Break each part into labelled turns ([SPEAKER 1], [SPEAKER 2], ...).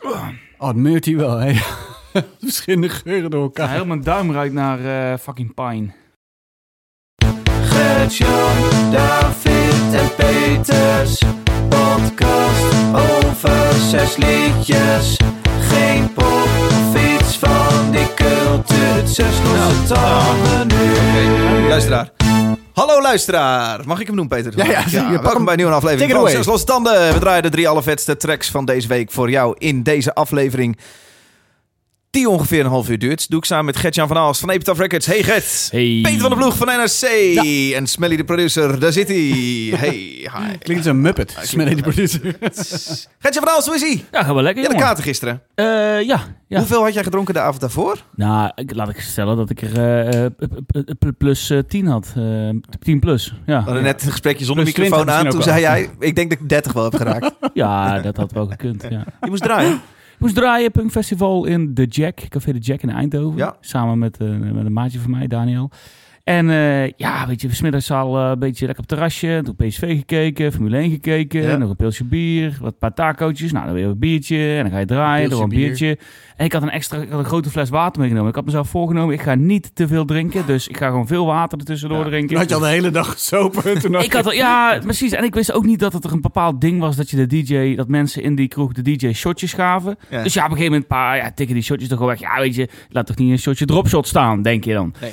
[SPEAKER 1] Oh, Admeert hij wel, hè? Verschillende geuren door elkaar.
[SPEAKER 2] Nou, heel mijn duim ruikt naar eh, fucking pine.
[SPEAKER 3] Gert-Jan, David en Peters. Podcast over zes liedjes. Geen pop, fiets van die cultuur. Zes losse tanden nu.
[SPEAKER 4] Luisteraar. Hallo luisteraar. Mag ik hem doen, Peter?
[SPEAKER 1] Ja, ja, je pak hem.
[SPEAKER 4] welkom bij een nieuwe aflevering
[SPEAKER 1] Take it
[SPEAKER 4] van
[SPEAKER 1] away.
[SPEAKER 4] Zes Losse Tanden. We draaien de drie allervetste tracks van deze week voor jou in deze aflevering. Die ongeveer een half uur duurt. Doe ik samen met Gert-Jan van Aalst van Epitaph Records. Hey Gert.
[SPEAKER 2] Hey.
[SPEAKER 4] Peter van de Ploeg van NRC. En Smelly de producer. Daar zit hij. Hey, hi.
[SPEAKER 1] Klinkt als een muppet.
[SPEAKER 4] klinkt
[SPEAKER 1] Smelly de producer.
[SPEAKER 4] Gert-Jan van Aalst, hoe is hij?
[SPEAKER 5] Ja, gaan we lekker,
[SPEAKER 4] Ja, de
[SPEAKER 5] jongen.
[SPEAKER 4] kater gisteren.
[SPEAKER 5] Eh, ja, ja.
[SPEAKER 4] Hoeveel had jij gedronken de avond daarvoor?
[SPEAKER 5] Nou, ik, laat ik stellen dat ik er eh, eh, p- p- plus eh, 10 had. eh 10 plus,
[SPEAKER 4] We
[SPEAKER 5] ja.
[SPEAKER 4] hadden net een gesprekje zonder
[SPEAKER 2] Plus
[SPEAKER 4] microfoon
[SPEAKER 2] 20
[SPEAKER 4] aan. Toen
[SPEAKER 2] misschien
[SPEAKER 4] zei jij, ik denk dat ik 30 wel heb geraakt.
[SPEAKER 5] Ja, dat had wel gekund, ja.
[SPEAKER 4] Je moest draaien.
[SPEAKER 5] Ik moest draaien, Punkfestival in The Jack, Café The Jack in Eindhoven.
[SPEAKER 4] Ja.
[SPEAKER 5] Samen met, eh, met een maatje van mij, Daniel. En eh, ja, weet je, smiddags al eh, een beetje lekker op het terrasje. Toen PSV gekeken, Formule 1 gekeken,
[SPEAKER 4] Ja.
[SPEAKER 5] nog een pilsje bier, wat een paar tacootjes. Nou, dan weer een biertje en dan ga je draaien, dan
[SPEAKER 2] Pilsje
[SPEAKER 5] weer een
[SPEAKER 2] bier.
[SPEAKER 5] biertje. En ik had een extra, ik had een grote fles water meegenomen. Ik had mezelf voorgenomen, ik ga niet te veel drinken. Dus ik ga gewoon veel water ertussendoor drinken.
[SPEAKER 1] Toen had je al de hele dag gesopen. Toen had
[SPEAKER 5] Ik had al- ja, precies. En ik wist ook niet dat het er een bepaald ding was dat je de DJ, dat mensen in die kroeg de DJ shotjes gaven.
[SPEAKER 4] Ja.
[SPEAKER 5] Dus ja, op een gegeven moment, pa, ja, tikken die shotjes toch gewoon weg. Ja, weet je, laat toch niet een shotje dropshot staan, denk je dan.
[SPEAKER 4] Nee.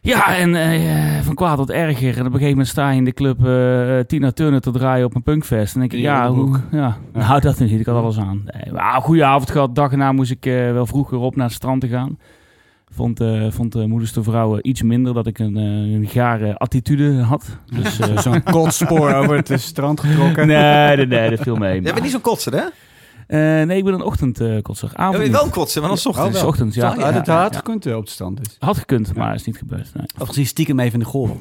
[SPEAKER 5] Ja, en eh, van kwaad tot erger. En op een gegeven moment sta je in de club eh, Tina Turner te draaien op een punkfest. En denk ik,
[SPEAKER 1] In je
[SPEAKER 5] ja,
[SPEAKER 1] onderbroek.
[SPEAKER 5] hoe, ja, nou dat nu niet. Ik had alles aan. Nee, maar een goede avond gehad. Dag erna moest ik eh, wel vroeger op naar het strand te gaan. Vond, eh vond de moederste vrouw eh, iets minder dat ik een, eh, een gare attitude had. Dus, eh,
[SPEAKER 1] zo'n kotspoor over het eh, strand getrokken.
[SPEAKER 5] nee, nee, nee, dat viel mee.
[SPEAKER 4] Jij bent niet zo'n kotser, hè?
[SPEAKER 5] Eh, nee, ik ben een ochtendkotser.
[SPEAKER 4] Je
[SPEAKER 5] Avond.
[SPEAKER 4] bent
[SPEAKER 5] niet.
[SPEAKER 4] wel een kotser, maar dan 's
[SPEAKER 1] Oh,
[SPEAKER 4] ochtends.
[SPEAKER 5] Dus ochtends, ja.
[SPEAKER 1] Ja, dat had
[SPEAKER 5] ja.
[SPEAKER 1] gekund eh, op het strand. Dus.
[SPEAKER 5] Had gekund, maar is niet gebeurd. Nee.
[SPEAKER 1] Of gezien stiekem even in de golf.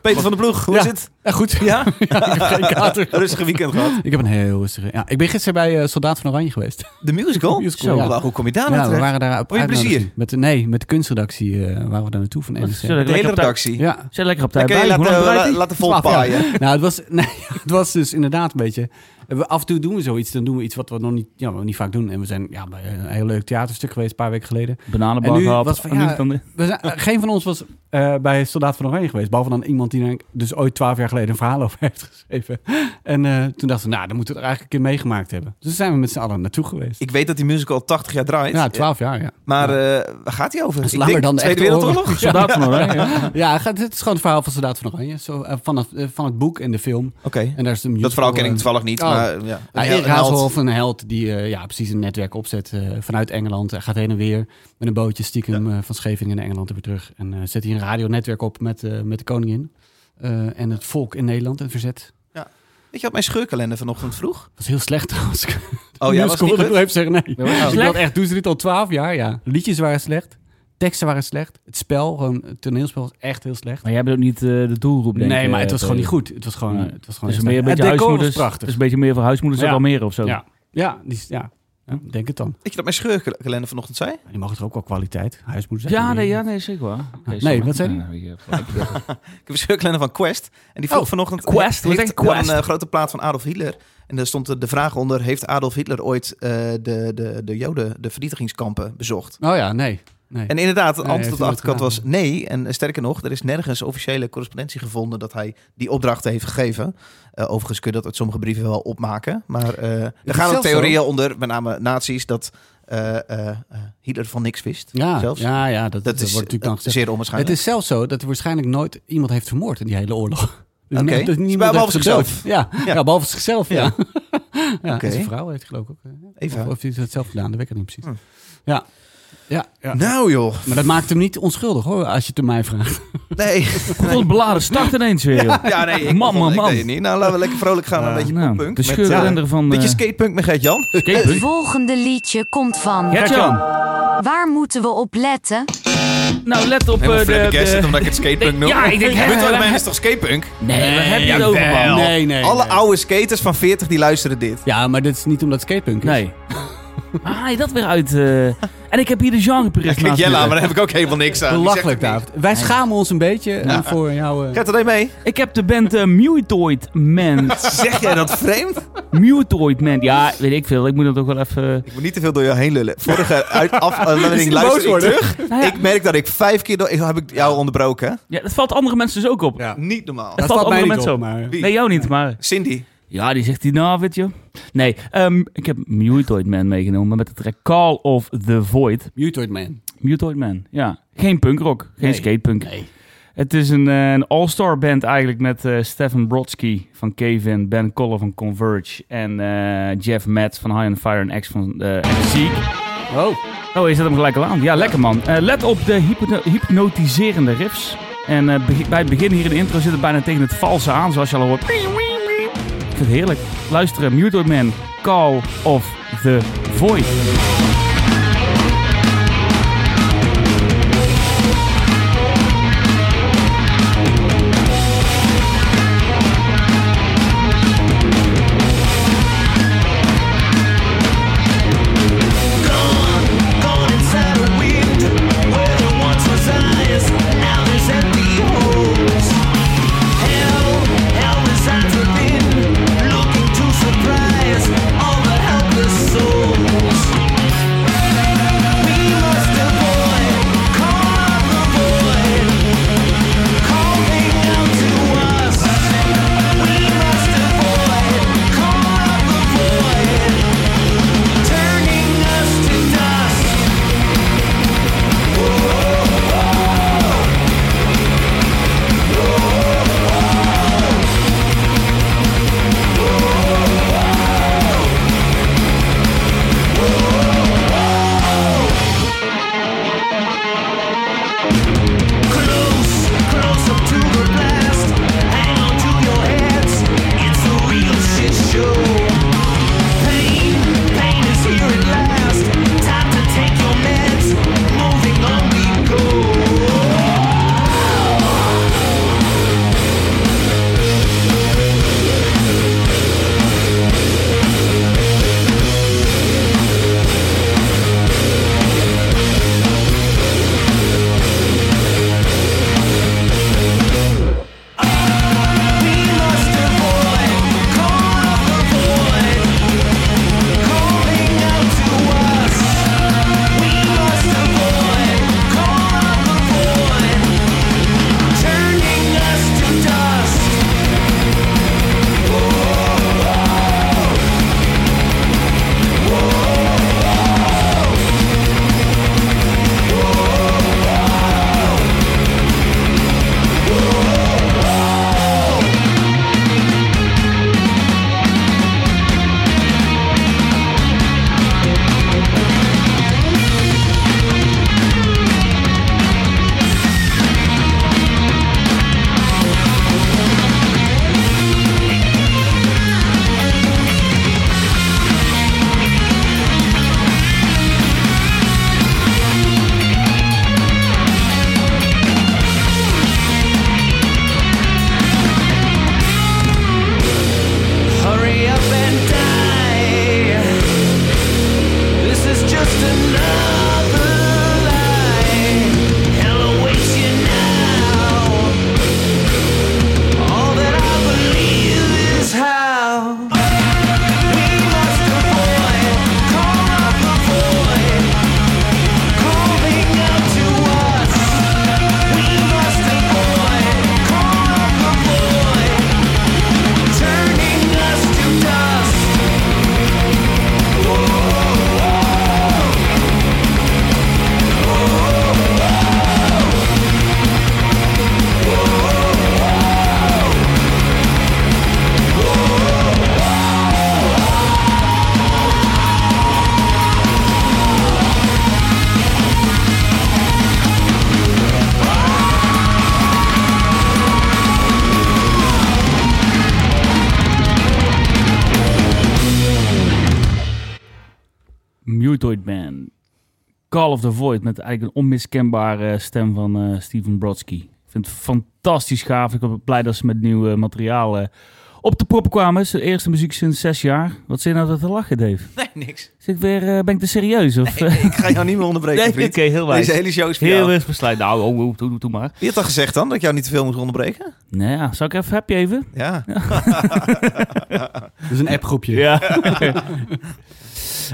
[SPEAKER 4] Peter van de Ploeg, hoe
[SPEAKER 1] Ja.
[SPEAKER 4] is het?
[SPEAKER 1] goed.
[SPEAKER 4] Ja?
[SPEAKER 1] ik heb geen kater.
[SPEAKER 4] Rustige weekend gehad.
[SPEAKER 1] Ik heb een heel rustige... Ja, ik ben gisteren bij eh, Soldaat van Oranje geweest.
[SPEAKER 4] De musical?
[SPEAKER 1] Musical,
[SPEAKER 4] Zo,
[SPEAKER 1] ja.
[SPEAKER 4] Hoe kom je daar
[SPEAKER 1] Ja,
[SPEAKER 4] nou
[SPEAKER 1] we
[SPEAKER 4] terecht?
[SPEAKER 1] waren daar op
[SPEAKER 4] Oh, je
[SPEAKER 1] uitnodiging.
[SPEAKER 4] plezier.
[SPEAKER 1] Met de, nee, met de kunstredactie eh, waren we daar naartoe van
[SPEAKER 5] Zet
[SPEAKER 1] NRC.
[SPEAKER 4] De hele redactie.
[SPEAKER 1] Ja.
[SPEAKER 5] Zet lekker op tijd
[SPEAKER 4] Lekker
[SPEAKER 5] bij.
[SPEAKER 4] je
[SPEAKER 5] Hoe lang draait
[SPEAKER 4] laten,
[SPEAKER 5] die?
[SPEAKER 4] laten
[SPEAKER 1] Twaalf,
[SPEAKER 4] volpaaien.
[SPEAKER 1] ja. Nou, het was, nee, het was dus inderdaad een beetje... we- Af en toe doen we zoiets. Dan doen we iets wat we nog niet, ja, wat we niet vaak doen. En we zijn ja, bij een heel leuk theaterstuk geweest een paar weken geleden. En
[SPEAKER 5] Bananenbar
[SPEAKER 1] nu
[SPEAKER 5] gehad.
[SPEAKER 1] was van,
[SPEAKER 5] En nu
[SPEAKER 1] ja,
[SPEAKER 5] kan de-
[SPEAKER 1] We zijn, eh, geen van ons was eh, bij Soldaat van Oranje geweest. Behalve dan iemand die daar dus ooit twaalf jaar geleden een verhaal over heeft geschreven. En eh, toen dachten we, nou, dan moeten we het er eigenlijk een keer meegemaakt hebben. Dus daar zijn we met z'n allen naartoe geweest.
[SPEAKER 4] Ik eh, weet dat die musical al 80 jaar draait.
[SPEAKER 1] ja, twaalf jaar, ja.
[SPEAKER 4] Maar eh, waar gaat die over?
[SPEAKER 1] Dat is
[SPEAKER 4] Ik
[SPEAKER 1] langer
[SPEAKER 4] denk
[SPEAKER 1] dan de
[SPEAKER 4] Tweede
[SPEAKER 1] echte
[SPEAKER 4] Wereldoorlog? Oké.
[SPEAKER 5] Soldaat van Oranje, ja.
[SPEAKER 1] Ja, gaat- het is gewoon het verhaal van Soldaat van Oranje. Zo, eh, van, het, eh, van het boek en de film. En daar is de musical,
[SPEAKER 4] Dat verhaal ken ik
[SPEAKER 1] eh,
[SPEAKER 4] toevallig niet,
[SPEAKER 1] Oh.
[SPEAKER 4] maar ja.
[SPEAKER 1] Ja,
[SPEAKER 4] Een
[SPEAKER 1] Erik
[SPEAKER 4] held.
[SPEAKER 1] Hazelhoff, een held die eh, ja, precies een netwerk opzet eh, vanuit Engeland. Hij gaat heen en weer met een bootje stiekem eh, van Scheveningen naar Engeland en weer terug. En eh, zet hij een radionetwerk op met, eh, met de koningin eh, en het volk in Nederland en verzet.
[SPEAKER 4] Weet je wat mijn scheurkalender vanochtend vroeg?
[SPEAKER 1] Dat was heel slecht als ik
[SPEAKER 4] Oh ja, was het
[SPEAKER 1] musical
[SPEAKER 4] niet
[SPEAKER 1] wilde
[SPEAKER 4] goed?
[SPEAKER 1] even zeggen. Nee.
[SPEAKER 5] was
[SPEAKER 1] Ik
[SPEAKER 5] slecht.
[SPEAKER 1] wilde echt doen ze dit al twaalf jaar, ja. Liedjes waren slecht, teksten waren slecht. Het spel, gewoon, het toneelspel was echt heel slecht.
[SPEAKER 5] Maar jij bent ook niet eh, de doelgroep, denk ik.
[SPEAKER 1] Nee, maar het
[SPEAKER 5] eh,
[SPEAKER 1] was gewoon niet
[SPEAKER 5] Peter.
[SPEAKER 1] goed. Het was gewoon,
[SPEAKER 5] Nee.
[SPEAKER 1] het was gewoon
[SPEAKER 5] Het is
[SPEAKER 1] heel
[SPEAKER 5] meer een
[SPEAKER 1] slecht.
[SPEAKER 5] beetje
[SPEAKER 1] het decor was
[SPEAKER 5] huismoeders. Het
[SPEAKER 1] prachtig.
[SPEAKER 5] is een beetje meer voor huismoeders dan
[SPEAKER 1] Ja.
[SPEAKER 5] Almere of zo.
[SPEAKER 1] Ja, ja, die, is- ja. Ja, denk het dan.
[SPEAKER 4] Weet je dat mijn scheurkalender vanochtend zei?
[SPEAKER 1] Die mogen er ook wel kwaliteit. Huismoeders. uit
[SPEAKER 5] Ja,
[SPEAKER 1] Amerika.
[SPEAKER 5] nee, ja, nee, zeker waar. Oké,
[SPEAKER 1] Nee,
[SPEAKER 5] sorry.
[SPEAKER 1] wat zei die?
[SPEAKER 5] Ja, weet je, fuck.
[SPEAKER 4] Ik heb een scheurkalender van Quest. En die vroeg
[SPEAKER 1] Oh,
[SPEAKER 4] vanochtend...
[SPEAKER 5] Quest, wat
[SPEAKER 4] heeft
[SPEAKER 5] een Quest?
[SPEAKER 4] Een eh, grote plaat van Adolf Hitler. En daar stond er de vraag onder... Heeft Adolf Hitler ooit eh, de, de, de Joden, de vernietigingskampen, bezocht?
[SPEAKER 1] Oh ja, nee. nee.
[SPEAKER 4] En inderdaad, het
[SPEAKER 1] Nee,
[SPEAKER 4] antwoord
[SPEAKER 1] heeft
[SPEAKER 4] op de
[SPEAKER 1] hij
[SPEAKER 4] achterkant
[SPEAKER 1] nooit
[SPEAKER 4] was nee. En eh, sterker nog, er is nergens officiële correspondentie gevonden dat hij die opdrachten heeft gegeven. Eh, overigens kun je dat uit sommige brieven wel opmaken. Maar eh, er
[SPEAKER 1] is
[SPEAKER 4] gaan ook
[SPEAKER 1] zelfs
[SPEAKER 4] theorieën onder, met name nazi's, dat eh, eh, eh, Hitler van niks wist.
[SPEAKER 1] ja,
[SPEAKER 4] zelfs.
[SPEAKER 1] ja, ja, dat,
[SPEAKER 4] dat,
[SPEAKER 1] dat
[SPEAKER 4] is
[SPEAKER 1] wordt natuurlijk dan
[SPEAKER 4] eh,
[SPEAKER 1] gezegd.
[SPEAKER 4] zeer
[SPEAKER 1] Het
[SPEAKER 4] onwaarschijnlijk.
[SPEAKER 1] is zelfs zo dat er waarschijnlijk nooit iemand heeft vermoord in die hele oorlog. Dus
[SPEAKER 4] Oké.
[SPEAKER 1] nee, dus
[SPEAKER 4] Dus
[SPEAKER 1] niemand
[SPEAKER 4] behalve
[SPEAKER 1] heeft
[SPEAKER 4] zichzelf.
[SPEAKER 1] gedood. Ja, ja. behalve zichzelf, ja. ja.
[SPEAKER 4] Oké.
[SPEAKER 1] en zijn vrouw heeft geloof ik ook. eh,
[SPEAKER 4] Eva.
[SPEAKER 1] Of, of heeft het zelf gedaan, dat weet ik niet precies.
[SPEAKER 4] Hm.
[SPEAKER 1] Ja. Ja, ja.
[SPEAKER 4] Nou joh,
[SPEAKER 1] Maar dat maakt hem niet onschuldig hoor, als je het aan mij vraagt.
[SPEAKER 4] nee.
[SPEAKER 5] Wat een beladen start ineens weer, joh.
[SPEAKER 4] Ja, nee, ik,
[SPEAKER 5] Man, man,
[SPEAKER 4] ik
[SPEAKER 5] man.
[SPEAKER 4] weet het niet. Nou, laten we lekker vrolijk gaan. een beetje
[SPEAKER 5] Nou,
[SPEAKER 4] poppunk.
[SPEAKER 5] de
[SPEAKER 4] met,
[SPEAKER 5] scheurkalender
[SPEAKER 4] eh,
[SPEAKER 5] van...
[SPEAKER 4] Een beetje
[SPEAKER 5] eh,
[SPEAKER 4] skatepunk met Gert-Jan.
[SPEAKER 5] skatepunk.
[SPEAKER 6] Het volgende liedje komt van.
[SPEAKER 5] Gert-Jan,
[SPEAKER 6] Waar moeten we op letten?
[SPEAKER 5] nou let op eh,
[SPEAKER 4] Helemaal
[SPEAKER 5] de...
[SPEAKER 4] Fred de...
[SPEAKER 5] de-
[SPEAKER 4] omdat ik het skatepunk noem.
[SPEAKER 5] Ja, ik denk, hè,
[SPEAKER 4] Punt
[SPEAKER 5] hè,
[SPEAKER 4] Armijn
[SPEAKER 5] hè.
[SPEAKER 4] is toch skatepunk?
[SPEAKER 5] Nee, waar heb je het over, man?
[SPEAKER 1] Nee, nee.
[SPEAKER 4] Alle
[SPEAKER 1] nee.
[SPEAKER 4] oude skaters van 40 die luisteren dit.
[SPEAKER 1] Ja, maar dit is niet omdat het skatepunk is.
[SPEAKER 5] Nee. Ah, haal je dat weer uit? eh? En ik heb hier de genrepurist
[SPEAKER 4] Kijk,
[SPEAKER 5] naast me
[SPEAKER 4] Jella, maar
[SPEAKER 5] zitten.
[SPEAKER 4] daar heb ik ook helemaal niks aan. Die zegt
[SPEAKER 1] Belachelijk,
[SPEAKER 4] het niet.
[SPEAKER 1] David. Wij schamen ons een beetje eh, voor jouw... eh,
[SPEAKER 4] Gaat er mee?
[SPEAKER 5] Ik heb de band eh, Mutoid Man.
[SPEAKER 4] Zeg jij dat vreemd?
[SPEAKER 5] Mutoid Man. Ja, weet ik veel. Ik moet dat ook wel even...
[SPEAKER 4] Ik moet niet te veel door jou heen lullen. Vorige uit, af,
[SPEAKER 1] Is
[SPEAKER 4] aflevering
[SPEAKER 1] hij boos
[SPEAKER 4] luister ik
[SPEAKER 1] worden?
[SPEAKER 4] terug.
[SPEAKER 5] Nou ja.
[SPEAKER 4] Ik merk dat ik vijf keer... door- Ik, heb ik jou onderbroken, hè?
[SPEAKER 5] Ja, dat valt andere mensen dus ook op.
[SPEAKER 1] Ja.
[SPEAKER 4] Niet normaal.
[SPEAKER 5] Dat
[SPEAKER 1] Dat
[SPEAKER 5] valt
[SPEAKER 1] valt mij
[SPEAKER 5] andere
[SPEAKER 1] niet
[SPEAKER 5] mensen
[SPEAKER 1] op,
[SPEAKER 5] op.
[SPEAKER 1] maar...
[SPEAKER 4] Wie?
[SPEAKER 5] Nee, jou niet, maar...
[SPEAKER 4] Cindy.
[SPEAKER 5] Ja, die zegt die David, joh. Nee, ehm, ik heb Mutoid Man meegenomen met de track Call of the Void.
[SPEAKER 1] Mutoid Man.
[SPEAKER 5] Mutoid Man, ja. Geen punkrock, geen
[SPEAKER 1] Nee.
[SPEAKER 5] skatepunk.
[SPEAKER 1] Nee.
[SPEAKER 5] Het is een, eh, een all-star band eigenlijk met eh Stefan Brodsky van Kevin, Ben Coller van Converge en eh, Jeff Metz van High on Fire en X van eh, en Ziek.
[SPEAKER 1] Oh,
[SPEAKER 5] Oh, je zet hem gelijk al aan. Ja, lekker man. Eh, let op de hypno- hypnotiserende riffs. En eh, beg- bij het begin hier in de intro zit het bijna tegen het valse aan, zoals je al hoort. Ik vind het heerlijk. Luisteren, Mutoid Man, Call of the Void.
[SPEAKER 7] Turning us to dust Close, close up to the blast. Hang on to your heads. It's a real shit show. Pain, pain is here at last. Time to take your meds. Moving on we go. We must avoid call of the void, calling out to us. We must avoid call of the void, turning us to dust. Hurry up and die. This is just another lie. Hell awaits you now. All that I believe is how. We must avoid, call up the void, calling out to us. We must avoid, call up the void, turning us to dust.
[SPEAKER 5] Mutoid Man. Call of the Void met eigenlijk een onmiskenbare stem van eh, Steven Brodsky. Ik vind het fantastisch gaaf. Ik ben blij dat ze met nieuw eh, materiaal eh, op de proppen kwamen. Zijn eerste muziek sinds zes jaar. Wat zit je nou dat te lachen, Dave?
[SPEAKER 4] Nee, niks.
[SPEAKER 5] Zit ik weer, eh, ben ik te serieus? Of, eh?
[SPEAKER 4] Nee, ik ga jou niet meer onderbreken,
[SPEAKER 5] Nee,
[SPEAKER 4] vriend.
[SPEAKER 5] oké, heel wijs.
[SPEAKER 4] Deze hele show is voor
[SPEAKER 5] Heel
[SPEAKER 4] jou.
[SPEAKER 5] erg besluit. Nou, oh, oh, doe, doe, doe maar.
[SPEAKER 4] Wie had al gezegd dan, dat ik jou niet te veel moet onderbreken?
[SPEAKER 5] Nou ja, zal ik even, heb je even?
[SPEAKER 4] Ja.
[SPEAKER 1] Dus een appgroepje.
[SPEAKER 5] Ja.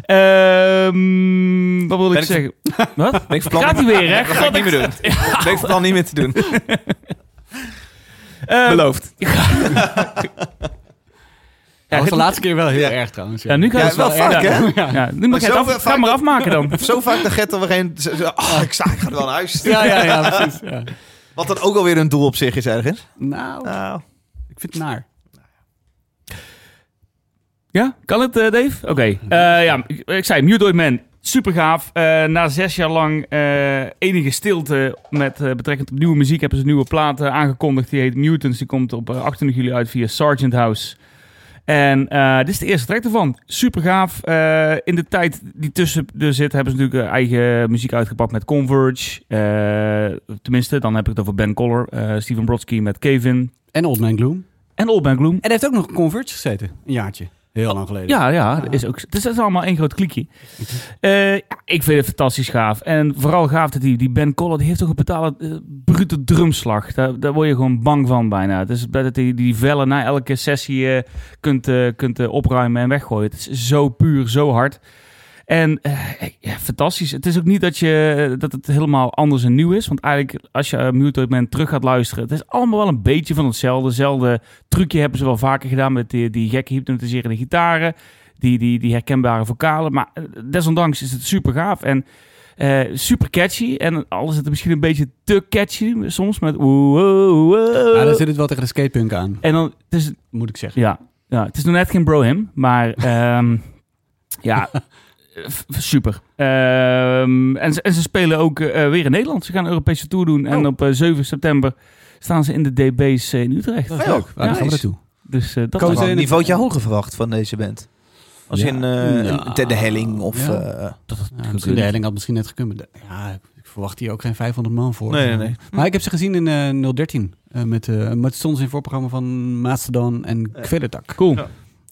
[SPEAKER 5] Ehm, wat wil
[SPEAKER 4] Ben
[SPEAKER 5] ik,
[SPEAKER 4] ik-
[SPEAKER 5] zeggen? Wat?
[SPEAKER 4] Ben ik van plan
[SPEAKER 5] Gaat
[SPEAKER 4] niet
[SPEAKER 5] hij
[SPEAKER 4] meer-
[SPEAKER 5] weer, hè?
[SPEAKER 4] Dat ga ik niet meer doen. Ben ik van plan niet meer te doen.
[SPEAKER 5] Ehm,
[SPEAKER 4] Beloofd.
[SPEAKER 1] Dat
[SPEAKER 5] ja,
[SPEAKER 1] was de
[SPEAKER 5] het-
[SPEAKER 1] laatste keer wel heel
[SPEAKER 4] Ja.
[SPEAKER 1] erg trouwens.
[SPEAKER 5] ja, nu kan
[SPEAKER 4] Ja,
[SPEAKER 5] het
[SPEAKER 4] wel vaak,
[SPEAKER 5] ja,
[SPEAKER 4] hè?
[SPEAKER 5] Ja, Eh, ja. nu mag
[SPEAKER 4] Maar
[SPEAKER 5] je het
[SPEAKER 4] zoveel
[SPEAKER 5] af,
[SPEAKER 4] vaak-
[SPEAKER 5] ga maar afmaken dan.
[SPEAKER 4] Zo vaak de get dat we geen... ze- ze- Ah, ik, sta, ik ga er wel naar huis.
[SPEAKER 1] ja, ja, ja, precies. Ja.
[SPEAKER 4] Wat dan ook alweer een doel op zich is ergens.
[SPEAKER 1] Nou,
[SPEAKER 4] Nou,
[SPEAKER 1] ik vind het naar.
[SPEAKER 5] Ja, kan het, eh, Dave? Oké. Eh, ja, ik, ik zei, Mutoid Man, super gaaf. na zes jaar lang eh, enige stilte met eh, betrekking tot nieuwe muziek hebben ze een nieuwe plaat eh, aangekondigd. Die heet Mutants. Die komt op eh, 28 juli uit via Sergeant House. En eh, dit is de eerste track ervan. Super gaaf. Eh, in de tijd die tussen er zit, hebben ze natuurlijk eh, eigen muziek uitgepakt met Converge. Eh, tenminste, dan heb ik het over Ben Coller, eh, Steven Brodsky met Kevin
[SPEAKER 1] En Old Man Gloom.
[SPEAKER 5] en Old Man Gloom.
[SPEAKER 1] En hij heeft ook nog Converge gezeten. Een jaartje. Heel lang geleden.
[SPEAKER 5] Ja, ja, dat Is ook, dus dat is allemaal één groot klikje. Eh, ja, ik vind het fantastisch gaaf. En vooral gaaf dat die, die Ben Collar, die heeft toch een betaalde eh, brute drumslag. Daar, daar word je gewoon bang van bijna. Het is dat die, die vellen na elke sessie eh, kunt, eh, kunt eh, opruimen en weggooien. Het is zo puur, zo hard. En eh, ja, fantastisch. Het is ook niet dat, je, dat het helemaal anders en nieuw is. Want eigenlijk, als je uh, Mutoid Man terug gaat luisteren... het is allemaal wel een beetje van hetzelfde. Hetzelfde trucje hebben ze wel vaker gedaan... met die, die gekke hypnotiserende gitaren. Die, die, die herkenbare vocalen. Maar eh, desondanks is het super gaaf. En eh, super catchy. En al is het misschien een beetje te catchy soms. Met oeh, oeh, oeh.
[SPEAKER 1] Ja, daar zit het wel tegen de skatepunk aan,
[SPEAKER 5] En dan, het is,
[SPEAKER 1] moet ik zeggen.
[SPEAKER 5] ja, ja, het is nog net geen bro-him, maar ehm, ja, eh, f- super. Ehm, en, ze, en ze spelen ook eh, weer in Nederland. Ze gaan een Europese tour doen en op eh, 7 september staan ze in de DB's in Utrecht.
[SPEAKER 4] is leuk.
[SPEAKER 1] Waar
[SPEAKER 5] Ja,
[SPEAKER 1] gaan we
[SPEAKER 4] nice.
[SPEAKER 1] naartoe?
[SPEAKER 5] Dus eh, dat
[SPEAKER 1] Komen
[SPEAKER 5] is
[SPEAKER 1] ze
[SPEAKER 4] een
[SPEAKER 1] in-
[SPEAKER 4] niveautje hoger verwacht van deze band. Als
[SPEAKER 1] Ja.
[SPEAKER 4] in eh
[SPEAKER 1] Ja.
[SPEAKER 4] Ted de Helling of...
[SPEAKER 1] Ja.
[SPEAKER 4] eh,
[SPEAKER 1] Ja, misschien de helling had misschien net gekund. maar de- Ja, ik verwacht hier ook geen 500 man voor.
[SPEAKER 4] Nee, nee, nee.
[SPEAKER 1] Maar ik heb ze gezien in eh 013. eh, met, eh met stond ze in het voorprogramma van Mastodon en
[SPEAKER 4] Ja.
[SPEAKER 1] Kveddertak.
[SPEAKER 5] cool.
[SPEAKER 4] Ja.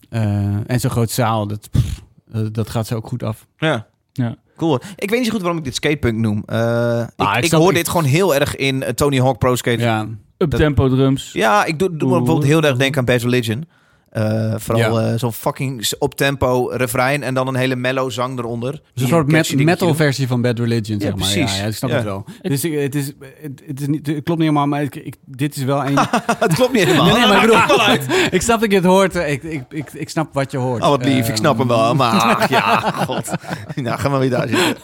[SPEAKER 1] Eh, en zo'n groot zaal, dat, pff, eh, dat gaat ze ook goed af.
[SPEAKER 4] Ja.
[SPEAKER 5] Ja.
[SPEAKER 4] Cool. Ik weet niet zo goed waarom ik dit skatepunk noem. Eh,
[SPEAKER 1] Ah,
[SPEAKER 4] ik
[SPEAKER 1] ik
[SPEAKER 4] ik
[SPEAKER 1] snap-
[SPEAKER 4] hoor
[SPEAKER 1] ik-
[SPEAKER 4] dit gewoon heel erg in eh, Tony Hawk Pro Skater. Ja,
[SPEAKER 1] Ja,
[SPEAKER 5] Uptempo drums.
[SPEAKER 4] ik doe, doe me bijvoorbeeld heel erg denken aan Bad Religion. Eh, vooral eh, zo'n fucking s- op-tempo refrein en dan een hele mellow zang eronder. Die
[SPEAKER 1] Zo'n soort
[SPEAKER 4] catchy
[SPEAKER 1] met,
[SPEAKER 4] dingetje
[SPEAKER 1] metal
[SPEAKER 4] doen.
[SPEAKER 1] versie van Bad Religion, zeg maar.
[SPEAKER 4] precies.
[SPEAKER 1] Ja, ja, ik snap
[SPEAKER 4] Ja.
[SPEAKER 1] het wel. Dus ik- het, is, het, het, is niet, het klopt niet helemaal, maar ik, ik- dit is wel een...
[SPEAKER 4] het klopt niet helemaal.
[SPEAKER 1] Nee, nee, maar ik
[SPEAKER 4] Dat maakt
[SPEAKER 1] bedoel-
[SPEAKER 4] wel uit.
[SPEAKER 1] ik snap dat je het hoort. eh, Ik, ik, ik, ik snap wat je hoort.
[SPEAKER 4] Oh, wat lief.
[SPEAKER 1] Eh,
[SPEAKER 4] ik snap hem wel. Maar ach, ja, god. Nou, ga maar weer daar zitten.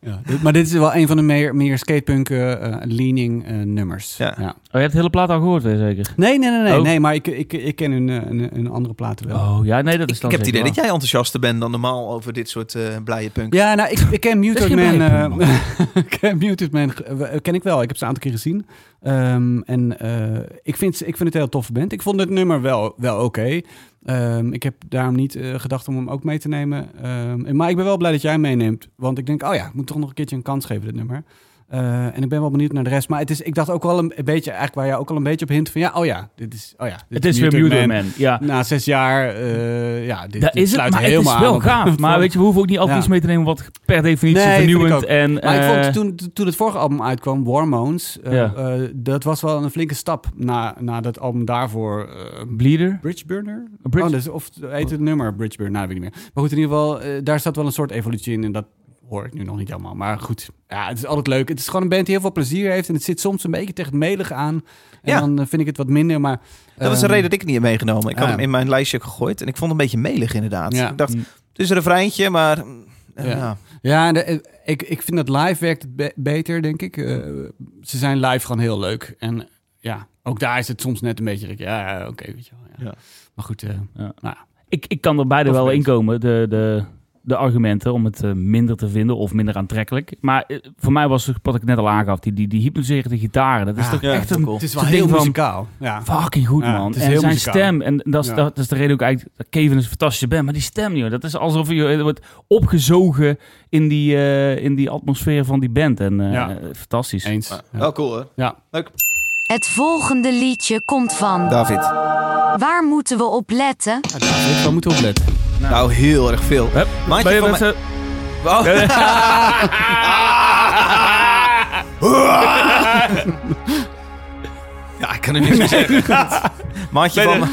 [SPEAKER 1] Ja, dit- maar dit is wel een van de meer, meer skatepunk eh, eh, leaning eh, nummers.
[SPEAKER 4] Ja.
[SPEAKER 5] Oh, je hebt de hele plaat al gehoord weer zeker?
[SPEAKER 1] Nee, nee, nee, nee,
[SPEAKER 5] Oh.
[SPEAKER 1] nee maar ik, ik, ik ken hun, eh, hun, hun andere platen wel.
[SPEAKER 5] Oh ja, nee, dat is
[SPEAKER 4] Ik
[SPEAKER 5] dan
[SPEAKER 4] heb het idee
[SPEAKER 5] zeker
[SPEAKER 4] dat jij enthousiaster bent dan normaal over dit soort eh, blije punk.
[SPEAKER 1] Ja, nou, ik, ik ken
[SPEAKER 5] Dat
[SPEAKER 1] Muted
[SPEAKER 5] is geen
[SPEAKER 1] Man.
[SPEAKER 5] blijpunt,
[SPEAKER 1] eh, ik ken Muted Man ge- eh, ken ik wel. Ik heb ze een aantal keer gezien. Ehm, en eh, ik, vind, ze- ik vind het een heel toffe band. Ik vond het nummer wel, wel oké. Ehm, ik heb daarom niet eh, gedacht om hem ook mee te nemen. Ehm, en- maar ik ben wel blij dat jij hem meeneemt. Want ik denk, oh ja, ik moet toch nog een keertje een kans geven, dit nummer. Eh, en ik ben wel benieuwd naar de rest. Maar het is, ik dacht ook wel een, een beetje, eigenlijk waar jij ook al een beetje op hint van... Ja, oh ja, dit is, oh ja, dit
[SPEAKER 5] Het is weer Mutoid Man. Ja,
[SPEAKER 1] Na zes jaar, eh, ja, dit,
[SPEAKER 5] dat
[SPEAKER 1] dit
[SPEAKER 5] is het,
[SPEAKER 1] sluit
[SPEAKER 5] maar het
[SPEAKER 1] helemaal
[SPEAKER 5] is wel
[SPEAKER 1] aan.
[SPEAKER 5] gaaf. Maar weet je, we hoeven ook niet altijd
[SPEAKER 1] Ja.
[SPEAKER 5] iets mee te nemen wat per definitie
[SPEAKER 1] Nee, vind ik
[SPEAKER 5] vernieuwend
[SPEAKER 1] ook.
[SPEAKER 5] en...
[SPEAKER 1] Maar ik
[SPEAKER 5] eh,
[SPEAKER 1] vond toen, toen het vorige album uitkwam, Warmones, eh,
[SPEAKER 5] Ja.
[SPEAKER 1] eh, dat was wel een flinke stap na, na dat album daarvoor. eh,
[SPEAKER 5] Bleeder?
[SPEAKER 1] Bridgeburner?
[SPEAKER 5] Bridge-
[SPEAKER 1] Oh, dat is- of heet het nummer Bridgeburner? Nou, weet ik niet meer. Maar goed, in ieder geval, eh, daar zat wel een soort evolutie in en dat hoor ik nu nog niet helemaal. Maar goed, ja, het is altijd leuk. Het is gewoon een band die heel veel plezier heeft en het zit soms een beetje tegen het melige aan. En
[SPEAKER 4] Ja.
[SPEAKER 1] dan eh, vind ik het wat minder, maar...
[SPEAKER 4] Dat is de
[SPEAKER 1] ehm,
[SPEAKER 4] reden dat ik het niet heb meegenomen. Ik had
[SPEAKER 1] ah.
[SPEAKER 4] hem in mijn lijstje gegooid en ik vond hem een beetje melig inderdaad.
[SPEAKER 1] Ja.
[SPEAKER 4] Ik dacht,
[SPEAKER 5] Mm.
[SPEAKER 4] het is een refreintje, maar... mm, eh,
[SPEAKER 1] Ja.
[SPEAKER 4] ja.
[SPEAKER 1] Ja, en de- eh, ik, ik vind dat live werkt het be- beter, denk ik. Eh, ze zijn live gewoon heel leuk. En ja, ook daar is het soms net een beetje... Ja, ja, oké, weet je wel. Ja.
[SPEAKER 4] Ja.
[SPEAKER 1] Maar goed, eh,
[SPEAKER 5] Ik, ik kan er beide
[SPEAKER 1] Of
[SPEAKER 5] wel
[SPEAKER 1] mensen.
[SPEAKER 5] inkomen, de, de, de argumenten om het eh, minder te vinden of minder aantrekkelijk. Maar eh, voor mij was het, wat ik net al aangaf, die, die, die hypnotiserende gitaren, dat is
[SPEAKER 1] Ah,
[SPEAKER 5] toch
[SPEAKER 4] ja,
[SPEAKER 5] echt
[SPEAKER 4] dat is
[SPEAKER 5] een
[SPEAKER 4] cool.
[SPEAKER 1] het is wel
[SPEAKER 5] zo'n ding
[SPEAKER 1] heel
[SPEAKER 5] van-
[SPEAKER 1] muzikaal. Ja.
[SPEAKER 5] fucking goed
[SPEAKER 1] Ja,
[SPEAKER 5] man.
[SPEAKER 1] het is
[SPEAKER 5] en
[SPEAKER 1] heel
[SPEAKER 5] zijn
[SPEAKER 1] muzikaal.
[SPEAKER 5] stem, en dat is,
[SPEAKER 1] Ja.
[SPEAKER 5] dat, is de reden ook eigenlijk, dat Kevin is een fantastische band, maar die stem, joh, dat is alsof je eh, wordt opgezogen in die, eh, in die atmosfeer van die band. En eh,
[SPEAKER 1] Ja.
[SPEAKER 5] eh, fantastisch.
[SPEAKER 1] Eens.
[SPEAKER 4] Maar Wel cool hoor.
[SPEAKER 1] Ja.
[SPEAKER 4] Leuk.
[SPEAKER 6] Het volgende liedje komt van.
[SPEAKER 4] David.
[SPEAKER 6] Waar moeten we op letten?
[SPEAKER 1] Ja, David, waar moeten we op letten?
[SPEAKER 4] Nou, heel erg veel.
[SPEAKER 5] Hup.
[SPEAKER 4] Maandje
[SPEAKER 5] Ben je
[SPEAKER 4] van
[SPEAKER 5] met
[SPEAKER 4] mij-
[SPEAKER 5] z'n-
[SPEAKER 4] Oh. ja, ik kan er niks meer zeggen. Maatje van, me...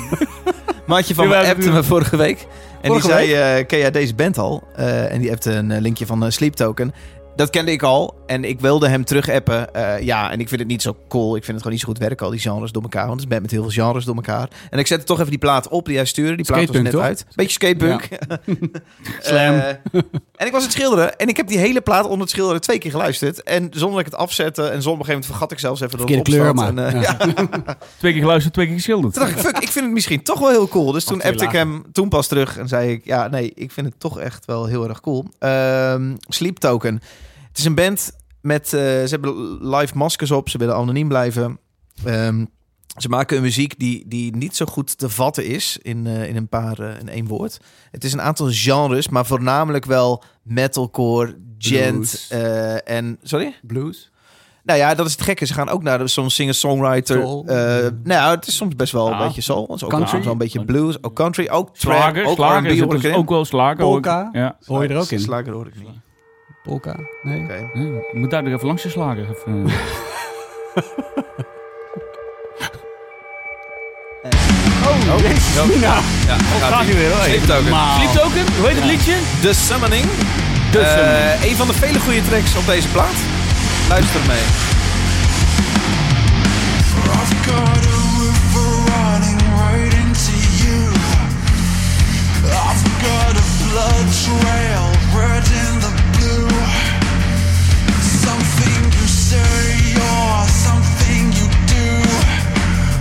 [SPEAKER 4] Maatje van
[SPEAKER 5] Nu
[SPEAKER 4] me
[SPEAKER 5] wij-
[SPEAKER 4] appte me vorige week. En
[SPEAKER 1] Vorige
[SPEAKER 4] die zei, eh, ken jij deze band al? Eh, en die appte een eh, linkje van eh, Sleep Token. Dat kende ik al. En ik wilde hem terug appen. Eh, ja, en ik vind het niet zo cool. Ik vind het gewoon niet zo goed werken, al die genres door elkaar. Want het is een band met heel veel genres door elkaar. En ik zette toch even die plaat op die hij stuurde. Die plaat was
[SPEAKER 1] Skatepunk,
[SPEAKER 4] net
[SPEAKER 1] toch?
[SPEAKER 4] uit. Beetje skatepunk.
[SPEAKER 1] Slam.
[SPEAKER 4] Eh, en ik was aan het schilderen en ik heb die hele plaat onder het schilderen twee keer geluisterd. En zonder dat ik het afzette en zonder op een gegeven moment vergat ik zelfs even dat het
[SPEAKER 1] Verkeerde kleur,
[SPEAKER 4] opstond.
[SPEAKER 1] maar,
[SPEAKER 4] En, eh,
[SPEAKER 1] ja.
[SPEAKER 4] ja. Toen
[SPEAKER 5] Twee keer geluisterd, twee keer geschilderd.
[SPEAKER 4] dacht ik, fuck, ik vind het misschien toch wel heel cool. Dus toen
[SPEAKER 1] Acht uur
[SPEAKER 4] appte ik
[SPEAKER 1] later.
[SPEAKER 4] hem toen pas terug en zei ik, ja nee, ik vind het toch echt wel heel erg cool. Ehm, Sleep Token. Het is een band met, eh, ze hebben live maskers op, ze willen anoniem blijven. Ehm, ze maken een muziek die, die niet zo goed te vatten is in, eh, in een paar, eh, in één woord. Het is een aantal genres, maar voornamelijk wel metalcore, gent
[SPEAKER 1] Blues.
[SPEAKER 4] eh, en... Sorry?
[SPEAKER 1] Blues.
[SPEAKER 4] Nou ja, dat is het gekke. Ze gaan ook naar de, soms singer-songwriter.
[SPEAKER 1] Soul.
[SPEAKER 4] eh, nou ja, het is soms best wel
[SPEAKER 5] Ja.
[SPEAKER 4] een beetje soul. Het is ook
[SPEAKER 1] Country.
[SPEAKER 4] soms wel een beetje blues. Ook country, ook trap,
[SPEAKER 5] Slager,
[SPEAKER 4] ook
[SPEAKER 5] slager
[SPEAKER 4] R&B
[SPEAKER 5] zit
[SPEAKER 4] hoor ik
[SPEAKER 5] dus
[SPEAKER 4] erin.
[SPEAKER 5] ook wel slager. hoor ik.
[SPEAKER 1] Polka?
[SPEAKER 5] Ja.
[SPEAKER 1] Hoor je er ook in?
[SPEAKER 4] Slager hoor ik niet.
[SPEAKER 1] Polka? Nee.
[SPEAKER 4] Oké.
[SPEAKER 5] Ja, ik moet daar nog even langs de slager. Even, eh.
[SPEAKER 4] Oh, Ja, ja, gaat
[SPEAKER 5] nu weer, hoor.
[SPEAKER 4] Sleep Token.
[SPEAKER 5] Sleep Token, hoe heet het liedje?
[SPEAKER 4] The Summoning. Eh, een van de vele goede tracks op deze plaat. Luister mee.
[SPEAKER 8] I've got a river running right into you. I've got a blood trail red in the blue. Something you say or something you do.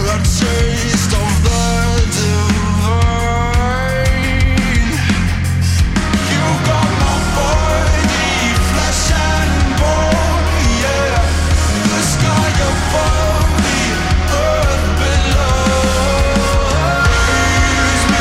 [SPEAKER 8] A taste of the divine. You got my body, flesh and bone, yeah. The sky above me, earth below. Use me.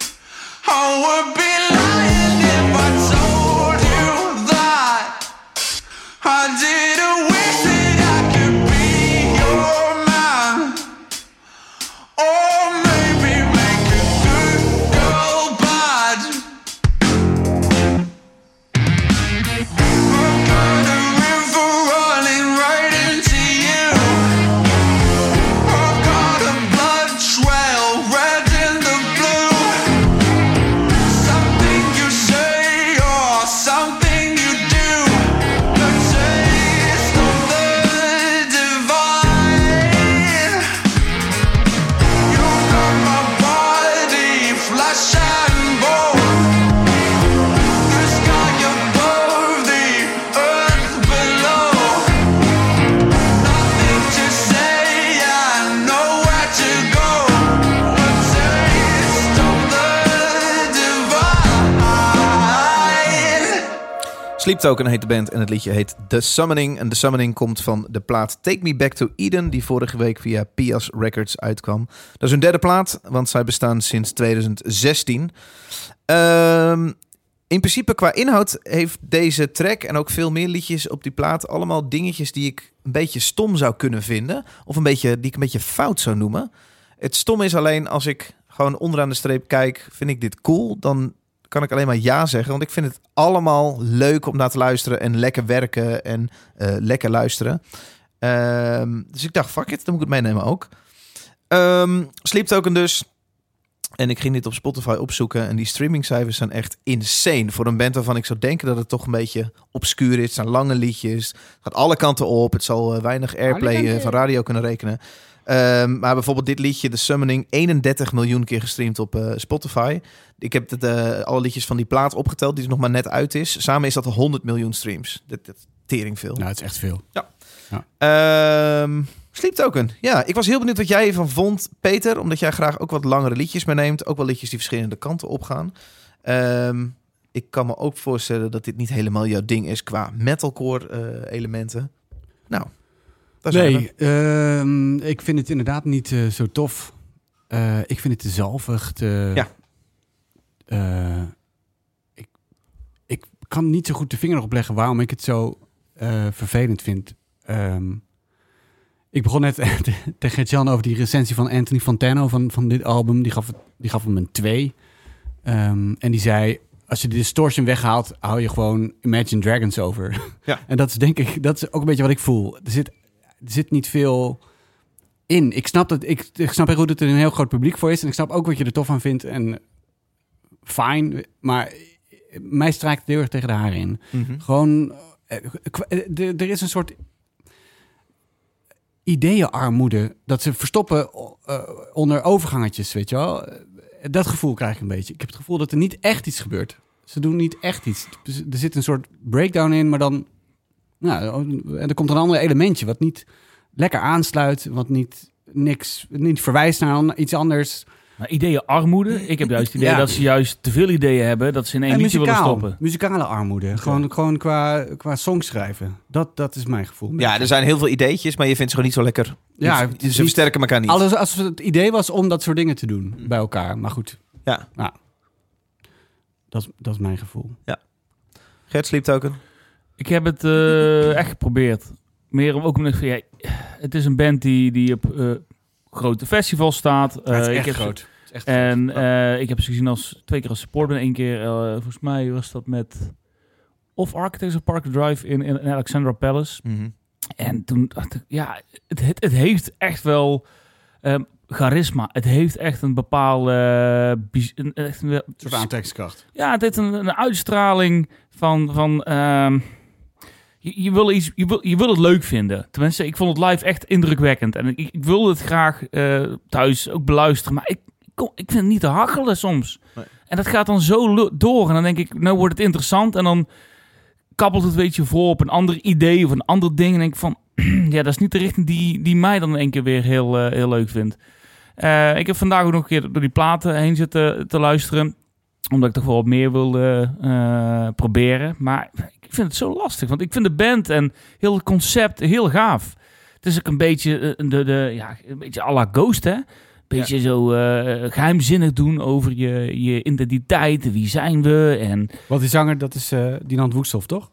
[SPEAKER 8] would be lying if I told you that I didn't wish that I could be your man. Or maybe make a good girl bad. I'm in for running right into you. I've got a blood trail, red and the blue. Something you say or something you do. But say it's something divine. You got my body, flesh and bone. The sky above, the earth below. Nothing to say, I know where to go. But say it's something divine.
[SPEAKER 3] Sleep Token heet de band en het liedje heet The Summoning. En The Summoning komt van de plaat Take Me Back to Eden, die vorige week via Pias Records uitkwam. Dat is hun derde plaat, want zij bestaan sinds 2016. Ehm, in principe qua inhoud heeft deze track en ook veel meer liedjes op die plaat allemaal dingetjes die ik een beetje stom zou kunnen vinden. Of een beetje, die ik een beetje fout zou noemen. Het stom is alleen als ik gewoon onderaan de streep kijk, vind ik dit cool, dan kan ik alleen maar ja zeggen. Want ik vind het allemaal leuk om naar te luisteren en lekker werken en eh, lekker luisteren. Ehm, dus ik dacht, fuck it, dan moet ik het meenemen ook. Ehm Sleep Token dus. En ik ging dit op Spotify opzoeken. En die streamingcijfers zijn echt insane. Voor een band waarvan ik zou denken dat het toch een beetje obscuur is. Het zijn lange liedjes. Het gaat alle kanten op. Het zal eh, weinig airplay eh, van radio kunnen rekenen. Ehm, maar bijvoorbeeld dit liedje, The Summoning, 31 miljoen keer gestreamd op eh, Spotify. Ik heb het, eh, alle liedjes van die plaat opgeteld, die er nog maar net uit is. Samen is dat 100 miljoen streams. Dat, dat is tering veel.
[SPEAKER 1] Nou, het is echt veel.
[SPEAKER 3] Ehm Sleep Token. Ja, ik was heel benieuwd wat jij hiervan vond, Peter. Omdat jij graag ook wat langere liedjes meeneemt. Ook wel liedjes die verschillende kanten opgaan. Ehm, ik kan me ook voorstellen dat dit niet helemaal jouw ding is qua metalcore eh, elementen. Nou, daar zijn we.
[SPEAKER 1] Nee, ehm, ik vind het inderdaad niet eh, zo tof. Eh, ik vind het te zalvig. te-
[SPEAKER 3] Ja.
[SPEAKER 1] Eh, ik, ik kan niet zo goed de vinger opleggen waarom ik het zo eh, vervelend vind. Ehm, ik begon net tegen Jan over die recensie van Anthony Fantano van, van dit album. Die gaf, het- die gaf hem een 2. en die zei, als je de distortion weghaalt, hou je gewoon Imagine Dragons over.
[SPEAKER 3] Ja.
[SPEAKER 1] en dat is denk ik, dat is ook een beetje wat ik voel. Er zit, er zit niet veel in. Ik snap, dat, ik, ik snap heel goed dat er een heel groot publiek voor is. En ik snap ook wat je er tof aan vindt. En fijn, maar mij straakt het heel erg tegen de haren in.
[SPEAKER 3] Mhm.
[SPEAKER 1] Gewoon, eh, kwa- eh, d- er is een soort ideeënarmoede dat ze verstoppen o- eh, onder overgangetjes, weet je wel. Eh, Dat gevoel krijg ik een beetje. Ik heb het gevoel dat er niet echt iets gebeurt. Ze doen niet echt iets. Dus Er zit een soort breakdown in, maar dan... Nou, en er komt een ander elementje wat niet lekker aansluit, wat niet, niks, niet verwijst naar an- iets anders.
[SPEAKER 5] Maar ideeën armoede. Ik heb juist het idee
[SPEAKER 1] Ja.
[SPEAKER 5] dat ze juist te veel ideeën hebben dat ze in één
[SPEAKER 1] en
[SPEAKER 5] liedje willen
[SPEAKER 1] muzikaal,
[SPEAKER 5] stoppen.
[SPEAKER 1] muzikale armoede. Gewoon, gewoon qua, qua songschrijven. Dat, dat is mijn gevoel.
[SPEAKER 3] Ja, er zijn heel veel ideetjes, maar je vindt ze gewoon niet zo lekker.
[SPEAKER 1] Ja,
[SPEAKER 3] ze,
[SPEAKER 1] het is
[SPEAKER 3] ze
[SPEAKER 1] niet-
[SPEAKER 3] versterken elkaar niet.
[SPEAKER 1] Alles als het idee was om dat soort dingen te doen
[SPEAKER 5] Mm.
[SPEAKER 1] bij elkaar. Maar goed,
[SPEAKER 3] Ja,
[SPEAKER 1] dat, is- dat is mijn gevoel.
[SPEAKER 3] Gert Sleep Token.
[SPEAKER 5] Ik heb het eh, echt geprobeerd. Meer om ook omdat ik van, ja, het is een band die, die op eh, grote festivals staat. Eh, ik heb ze-
[SPEAKER 1] Het is echt
[SPEAKER 5] En
[SPEAKER 1] groot.
[SPEAKER 5] eh, ik heb ze gezien als twee keer als support en één keer, eh, volgens mij was dat met of Architects of Park Drive in, in, in Alexandra Palace.
[SPEAKER 1] Mhm.
[SPEAKER 5] En toen dacht ik, ja, het, het, het heeft echt wel ehm, charisma. Het heeft echt een bepaalde, eh, bij- een, echt een,
[SPEAKER 1] Een soort aantrekkingskracht.
[SPEAKER 5] ja, het heeft een, een uitstraling van. van ehm, je, je, wil iets, je, wil, je wil het leuk vinden. Tenminste, ik vond het live echt indrukwekkend. En ik, ik wilde het graag eh, thuis ook beluisteren. Maar ik, kom, ik vind het niet te hakkelen soms.
[SPEAKER 3] Nee.
[SPEAKER 5] En dat gaat dan zo lo- door. En dan denk ik, nou wordt het interessant. En dan kabbelt het een beetje voor op een ander idee of een ander ding. En denk ik van, ja, dat is niet de richting die, die mij dan in één keer weer heel, eh, heel leuk vindt. Eh, ik heb vandaag ook nog een keer door die platen heen zitten te luisteren omdat ik toch wel wat meer wilde eh, proberen. Maar ik vind het zo lastig. Want ik vind de band en heel het concept heel gaaf. Het is ook een beetje, eh, de, de, ja, een beetje à la Ghost, hè? beetje zo eh, geheimzinnig doen over je, je identiteit. Wie zijn we? En
[SPEAKER 1] Want die zanger, dat is eh Dinant Woesthoff, toch?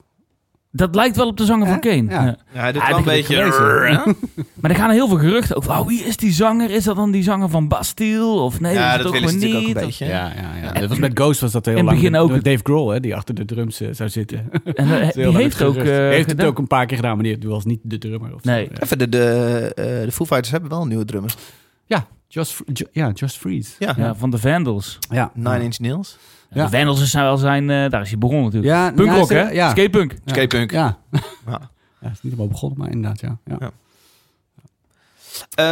[SPEAKER 5] dat lijkt wel op de zanger van
[SPEAKER 1] Hè?
[SPEAKER 5] Kane.
[SPEAKER 1] Ja.
[SPEAKER 5] Ja.
[SPEAKER 4] Ja, dit
[SPEAKER 5] Ah,
[SPEAKER 4] wel een
[SPEAKER 5] dit heb ik
[SPEAKER 4] beetje...
[SPEAKER 1] gelezen.
[SPEAKER 5] Maar er gaan heel veel geruchten over. Oh, wie is die zanger? Is dat dan die zanger van Bastille? Of nee, dat
[SPEAKER 4] ja,
[SPEAKER 5] is
[SPEAKER 4] dat
[SPEAKER 5] het ook
[SPEAKER 4] willen ze
[SPEAKER 5] gewoon niet.
[SPEAKER 4] natuurlijk ook een
[SPEAKER 5] Of-
[SPEAKER 4] beetje.
[SPEAKER 1] Ja, ja, ja. Dat was met Ghost was dat heel
[SPEAKER 5] In het
[SPEAKER 1] lang.
[SPEAKER 5] begin
[SPEAKER 1] Met-
[SPEAKER 5] ook.
[SPEAKER 1] met Dave Grohl, hè, die achter de drums eh, zou zitten. Dat is
[SPEAKER 5] En, eh,
[SPEAKER 1] heel
[SPEAKER 5] die
[SPEAKER 1] lang
[SPEAKER 5] heeft
[SPEAKER 1] het
[SPEAKER 5] ook...
[SPEAKER 1] gerucht. Die
[SPEAKER 5] eh,
[SPEAKER 1] heeft het
[SPEAKER 5] gedaan.
[SPEAKER 1] ook een paar keer gedaan, maar die was niet de drummer. Of
[SPEAKER 5] Nee.
[SPEAKER 1] zo. Ja.
[SPEAKER 4] Even de, de, eh, de Foo Fighters hebben wel een nieuwe drummer.
[SPEAKER 1] Just, Fr- Ju- ja, Just Freeze.
[SPEAKER 4] Ja,
[SPEAKER 5] Ja, van de Vandals.
[SPEAKER 1] Ja.
[SPEAKER 4] Nine Inch Nails.
[SPEAKER 1] Ja.
[SPEAKER 5] De Vandals zijn wel zijn... eh, daar is hij begonnen natuurlijk.
[SPEAKER 1] Ja, nou,
[SPEAKER 5] Punkrock,
[SPEAKER 1] ze-
[SPEAKER 5] hè?
[SPEAKER 1] Ja.
[SPEAKER 5] Skatepunk.
[SPEAKER 1] Ja.
[SPEAKER 4] Skatepunk.
[SPEAKER 1] Ja.
[SPEAKER 4] Ja.
[SPEAKER 1] ja. is niet helemaal begonnen, maar inderdaad, ja. Ja,
[SPEAKER 4] Ja.
[SPEAKER 1] ja.
[SPEAKER 4] Eh,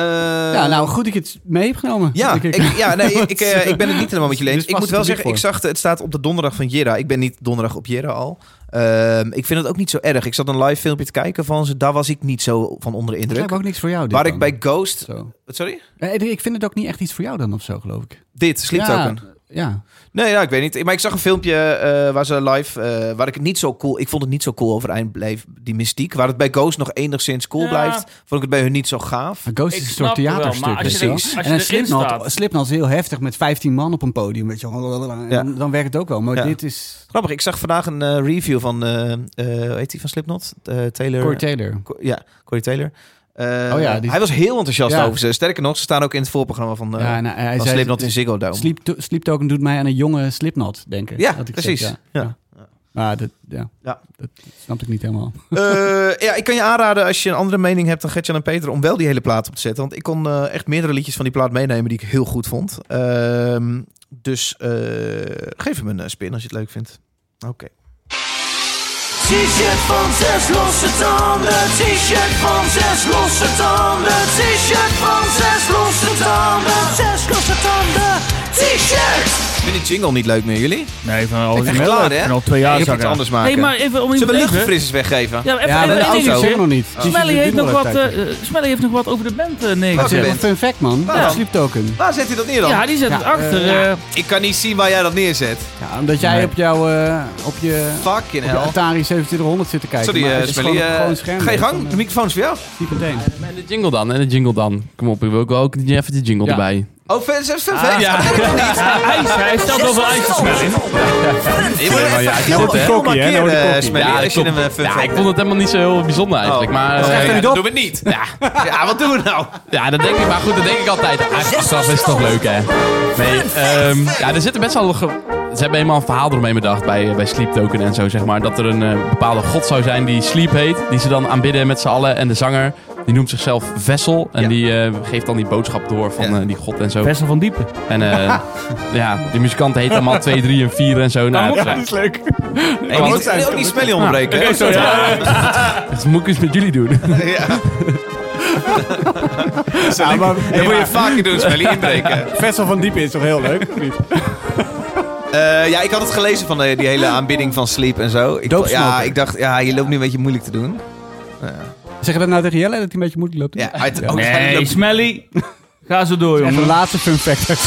[SPEAKER 1] nou, goed dat ik het mee heb genomen.
[SPEAKER 4] Ja,
[SPEAKER 1] Ik- ik-
[SPEAKER 4] ik, ja nee, ik, ik, eh, ik ben het niet helemaal met jullie eens.
[SPEAKER 1] Dus
[SPEAKER 4] Ik moet
[SPEAKER 1] past
[SPEAKER 4] wel
[SPEAKER 1] het
[SPEAKER 4] zeggen,
[SPEAKER 1] publiek
[SPEAKER 4] ik zag de- het staat op de donderdag van Jira. Ik ben niet donderdag op Jira al. Ehm, ik vind het ook niet zo erg. Ik zat een live filmpje te kijken van ze. Daar was ik niet zo van onder de
[SPEAKER 1] Het lijkt
[SPEAKER 4] indruk.
[SPEAKER 1] me ook niks voor jou. dit
[SPEAKER 4] Waar ik
[SPEAKER 1] dan.
[SPEAKER 4] bij Ghost...
[SPEAKER 1] Zo.
[SPEAKER 4] Sorry?
[SPEAKER 1] Eh, Ik vind het ook niet echt iets voor jou dan of zo, geloof ik.
[SPEAKER 4] Dit, Sleep
[SPEAKER 1] ja,
[SPEAKER 4] Token.
[SPEAKER 1] Ja.
[SPEAKER 4] Nee, nou, ik weet niet. Maar ik zag een filmpje eh, waar ze live... eh, waar ik het niet zo cool... Ik vond het niet zo cool overeind bleef, die mystiek. Waar het bij Ghost nog enigszins cool
[SPEAKER 5] Ja.
[SPEAKER 4] blijft, vond ik het bij hun niet zo gaaf.
[SPEAKER 1] Maar Ghost
[SPEAKER 5] Ik
[SPEAKER 1] is een
[SPEAKER 5] snap
[SPEAKER 1] soort
[SPEAKER 5] het wel,
[SPEAKER 1] theaterstuk.
[SPEAKER 5] maar als
[SPEAKER 1] weet
[SPEAKER 5] je
[SPEAKER 1] je
[SPEAKER 5] er-
[SPEAKER 1] wel.
[SPEAKER 5] als je
[SPEAKER 1] en een
[SPEAKER 5] erin
[SPEAKER 1] Slipknot,
[SPEAKER 5] staat.
[SPEAKER 1] Slipknot is heel heftig met 15 man op een podium. Weet je, wel. En
[SPEAKER 4] Ja.
[SPEAKER 1] Dan werkt het ook wel. Maar
[SPEAKER 4] Ja.
[SPEAKER 1] dit is
[SPEAKER 4] Grappig, ik zag vandaag een eh, review van... eh eh, hoe heet die van Slipknot? Eh, Taylor...
[SPEAKER 1] Corey Taylor.
[SPEAKER 4] Co- ja, Corey Taylor. Eh,
[SPEAKER 1] Oh ja, die-
[SPEAKER 4] Hij was heel enthousiast
[SPEAKER 1] Ja.
[SPEAKER 4] over ze. Sterker nog, ze staan ook in het voorprogramma van, eh
[SPEAKER 1] ja, nou, hij
[SPEAKER 4] van
[SPEAKER 1] zei,
[SPEAKER 4] Slipknot in Ziggo Dome.
[SPEAKER 1] Sleep, to- Sleep Token doet mij aan een jonge Slipknot denken.
[SPEAKER 4] Ja,
[SPEAKER 1] had ik
[SPEAKER 4] precies.
[SPEAKER 1] gezegd,
[SPEAKER 4] Ja.
[SPEAKER 1] Maar dat, ja,
[SPEAKER 4] Ja.
[SPEAKER 1] dat snapte ik niet helemaal.
[SPEAKER 4] Eh, ja, ik kan je aanraden als je een andere mening hebt dan Gertjan en Peter om wel die hele plaat op te zetten. Want ik kon eh, echt meerdere liedjes van die plaat meenemen die ik heel goed vond. Ehm, dus eh, geef hem een eh, spin als je het leuk vindt. Oké.
[SPEAKER 8] T-shirt van zes losse tanden, t-shirt van zes losse tanden, t-shirt van zes losse tanden, zes losse tanden, t-shirt!
[SPEAKER 4] Ik vind die jingle niet leuk meer, jullie.
[SPEAKER 5] Nee, van al,
[SPEAKER 4] Ik ben klaar, hè?
[SPEAKER 5] en al twee jaar
[SPEAKER 4] ik
[SPEAKER 5] zag
[SPEAKER 4] moet iets anders maken.
[SPEAKER 5] Nee, maar even om
[SPEAKER 4] Zullen we
[SPEAKER 5] even-
[SPEAKER 4] luchtfrissers weggeven?
[SPEAKER 5] Ja, even,
[SPEAKER 1] Ja,
[SPEAKER 5] even
[SPEAKER 1] de
[SPEAKER 5] één
[SPEAKER 1] auto
[SPEAKER 5] dingetje.
[SPEAKER 1] helemaal niet.
[SPEAKER 4] Oh.
[SPEAKER 1] Die zit
[SPEAKER 5] Smelly
[SPEAKER 1] er
[SPEAKER 5] heeft,
[SPEAKER 1] nu
[SPEAKER 5] nog
[SPEAKER 1] al
[SPEAKER 5] wat,
[SPEAKER 1] een tijdje.
[SPEAKER 5] eh, Smelly heeft nog wat over de band eh,
[SPEAKER 1] Dat is
[SPEAKER 4] Oké.
[SPEAKER 5] neergezet.
[SPEAKER 1] echt een fun fact, man.
[SPEAKER 4] Waarom?
[SPEAKER 1] Sleep Token.
[SPEAKER 4] Waar zet hij dat neer dan?
[SPEAKER 5] Ja, die zet
[SPEAKER 1] Ja,
[SPEAKER 5] het achter.
[SPEAKER 1] eh,
[SPEAKER 5] eh,
[SPEAKER 4] Ik kan niet zien waar jij dat neerzet.
[SPEAKER 1] Ja, omdat jij
[SPEAKER 5] Nee.
[SPEAKER 1] op, jouw, eh, op je
[SPEAKER 4] Fucking
[SPEAKER 1] op je
[SPEAKER 4] hell.
[SPEAKER 1] Atari 2700 zit te kijken.
[SPEAKER 4] Sorry,
[SPEAKER 1] maar
[SPEAKER 4] eh
[SPEAKER 1] het is
[SPEAKER 4] Smelly.
[SPEAKER 1] gewoon,
[SPEAKER 4] eh,
[SPEAKER 1] gewoon een scherm.
[SPEAKER 4] ga je gang, de microfoon is voor jou.
[SPEAKER 1] Niet meteen.
[SPEAKER 7] En de jingle dan, en de jingle dan. Kom op, ik wil ook wel ook even de jingle
[SPEAKER 1] Ja.
[SPEAKER 7] erbij.
[SPEAKER 4] Oh, ver- zelfs ver- ver-
[SPEAKER 7] ja.
[SPEAKER 4] ver- ver- niet.
[SPEAKER 5] ijs, hij stelt over ijs te smellen.
[SPEAKER 4] Je moet even
[SPEAKER 7] ja, ik
[SPEAKER 4] geel-
[SPEAKER 7] moet het, hè?
[SPEAKER 4] geel
[SPEAKER 1] Kokkie, hè?
[SPEAKER 4] markeren,
[SPEAKER 1] Nou, die
[SPEAKER 4] eh,
[SPEAKER 1] kokkie.
[SPEAKER 4] Smelly,
[SPEAKER 7] Ja,
[SPEAKER 4] als je
[SPEAKER 7] klopt.
[SPEAKER 4] hem, eh, ver-
[SPEAKER 7] Ja,
[SPEAKER 4] ver-
[SPEAKER 7] ik vond het helemaal niet zo heel bijzonder eigenlijk.
[SPEAKER 4] Oh.
[SPEAKER 7] Maar, eh,
[SPEAKER 4] Ja,
[SPEAKER 7] ja,
[SPEAKER 4] Doe het niet. Ja, wat doen we nou?
[SPEAKER 7] dat denk ik. Maar goed, dat denk ik altijd. Eigenlijk achteraf is het toch leuk, hè? Nee, ehm, ja, er zitten best wel... ge- Ze hebben helemaal een verhaal eromheen bedacht bij, bij Sleep Token en zo, zeg maar. Dat er een eh, bepaalde god zou zijn die Sleep heet. Die ze dan aanbidden met z'n allen. En de zanger, die noemt zichzelf Vessel. En
[SPEAKER 4] Ja.
[SPEAKER 7] die eh, geeft dan die boodschap door van
[SPEAKER 4] Ja.
[SPEAKER 7] eh, die god en zo.
[SPEAKER 5] Bessel van Diepen.
[SPEAKER 7] En eh, ja, die muzikant heet allemaal 2, 3 en 4 en zo. Nou, ja,
[SPEAKER 1] is leuk.
[SPEAKER 4] Hey,
[SPEAKER 7] wat-
[SPEAKER 4] niet, nee, ook niet Smelly onderbreken. hè?
[SPEAKER 7] dat moet ik eens met jullie doen.
[SPEAKER 4] Ja. Dat moet je vaker doen, Smelly, inbreken.
[SPEAKER 1] Vessel van Diep is toch heel leuk?
[SPEAKER 4] Eh, ja, ik had het gelezen van eh, die hele aanbidding van Sleep en zo. Ik,
[SPEAKER 1] Doopsnoker.
[SPEAKER 4] ja, ik dacht, ja, je loopt nu een beetje moeilijk te doen.
[SPEAKER 1] Zeg je dat nou tegen Jelle dat hij een beetje moeilijk loopt?
[SPEAKER 4] Ja, uit, oh, Smelly
[SPEAKER 5] Nee,
[SPEAKER 4] loopt-
[SPEAKER 5] Smelly. Ga zo door,
[SPEAKER 1] En de
[SPEAKER 5] jongen.
[SPEAKER 1] laatste fun fact.
[SPEAKER 8] T-shirt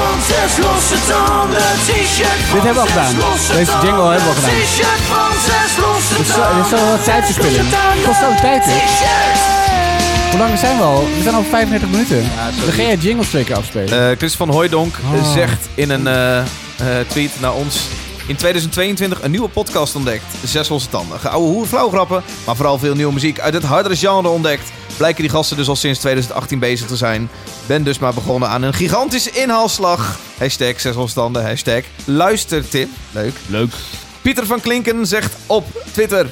[SPEAKER 8] van zes losse tanden, t-shirt van
[SPEAKER 1] Dit hebben we al
[SPEAKER 8] zes
[SPEAKER 1] gedaan.
[SPEAKER 8] losse
[SPEAKER 1] Deze
[SPEAKER 8] tanden,
[SPEAKER 1] jingle hebben we al gedaan.
[SPEAKER 8] T-shirt van zes losse
[SPEAKER 1] Dit is zo-
[SPEAKER 8] tanden,
[SPEAKER 1] dit is zo wat tijdverspilling.
[SPEAKER 8] zes losse
[SPEAKER 1] Het kost zo
[SPEAKER 8] tanden,
[SPEAKER 1] tijd, hè?
[SPEAKER 8] T-shirt.
[SPEAKER 1] Hoe lang zijn we al? We zijn al 35 minuten. Dan ga jij jingles twee keer afspelen.
[SPEAKER 4] Eh, Chris van Hooijdonk eh, zegt in een eh, eh, tweet naar ons... In 2022 een nieuwe podcast ontdekt. Zes losse tanden. Geouwe hoer, flauwgrappen, maar vooral veel nieuwe muziek uit het hardere genre ontdekt. Blijken die gasten dus al sinds 2018 bezig te zijn. Ben dus maar begonnen aan een gigantische inhaalslag. Hashtag zes losse tanden, hashtag luistertip. Leuk.
[SPEAKER 5] Leuk.
[SPEAKER 4] Pieter van Klinken zegt op Twitter...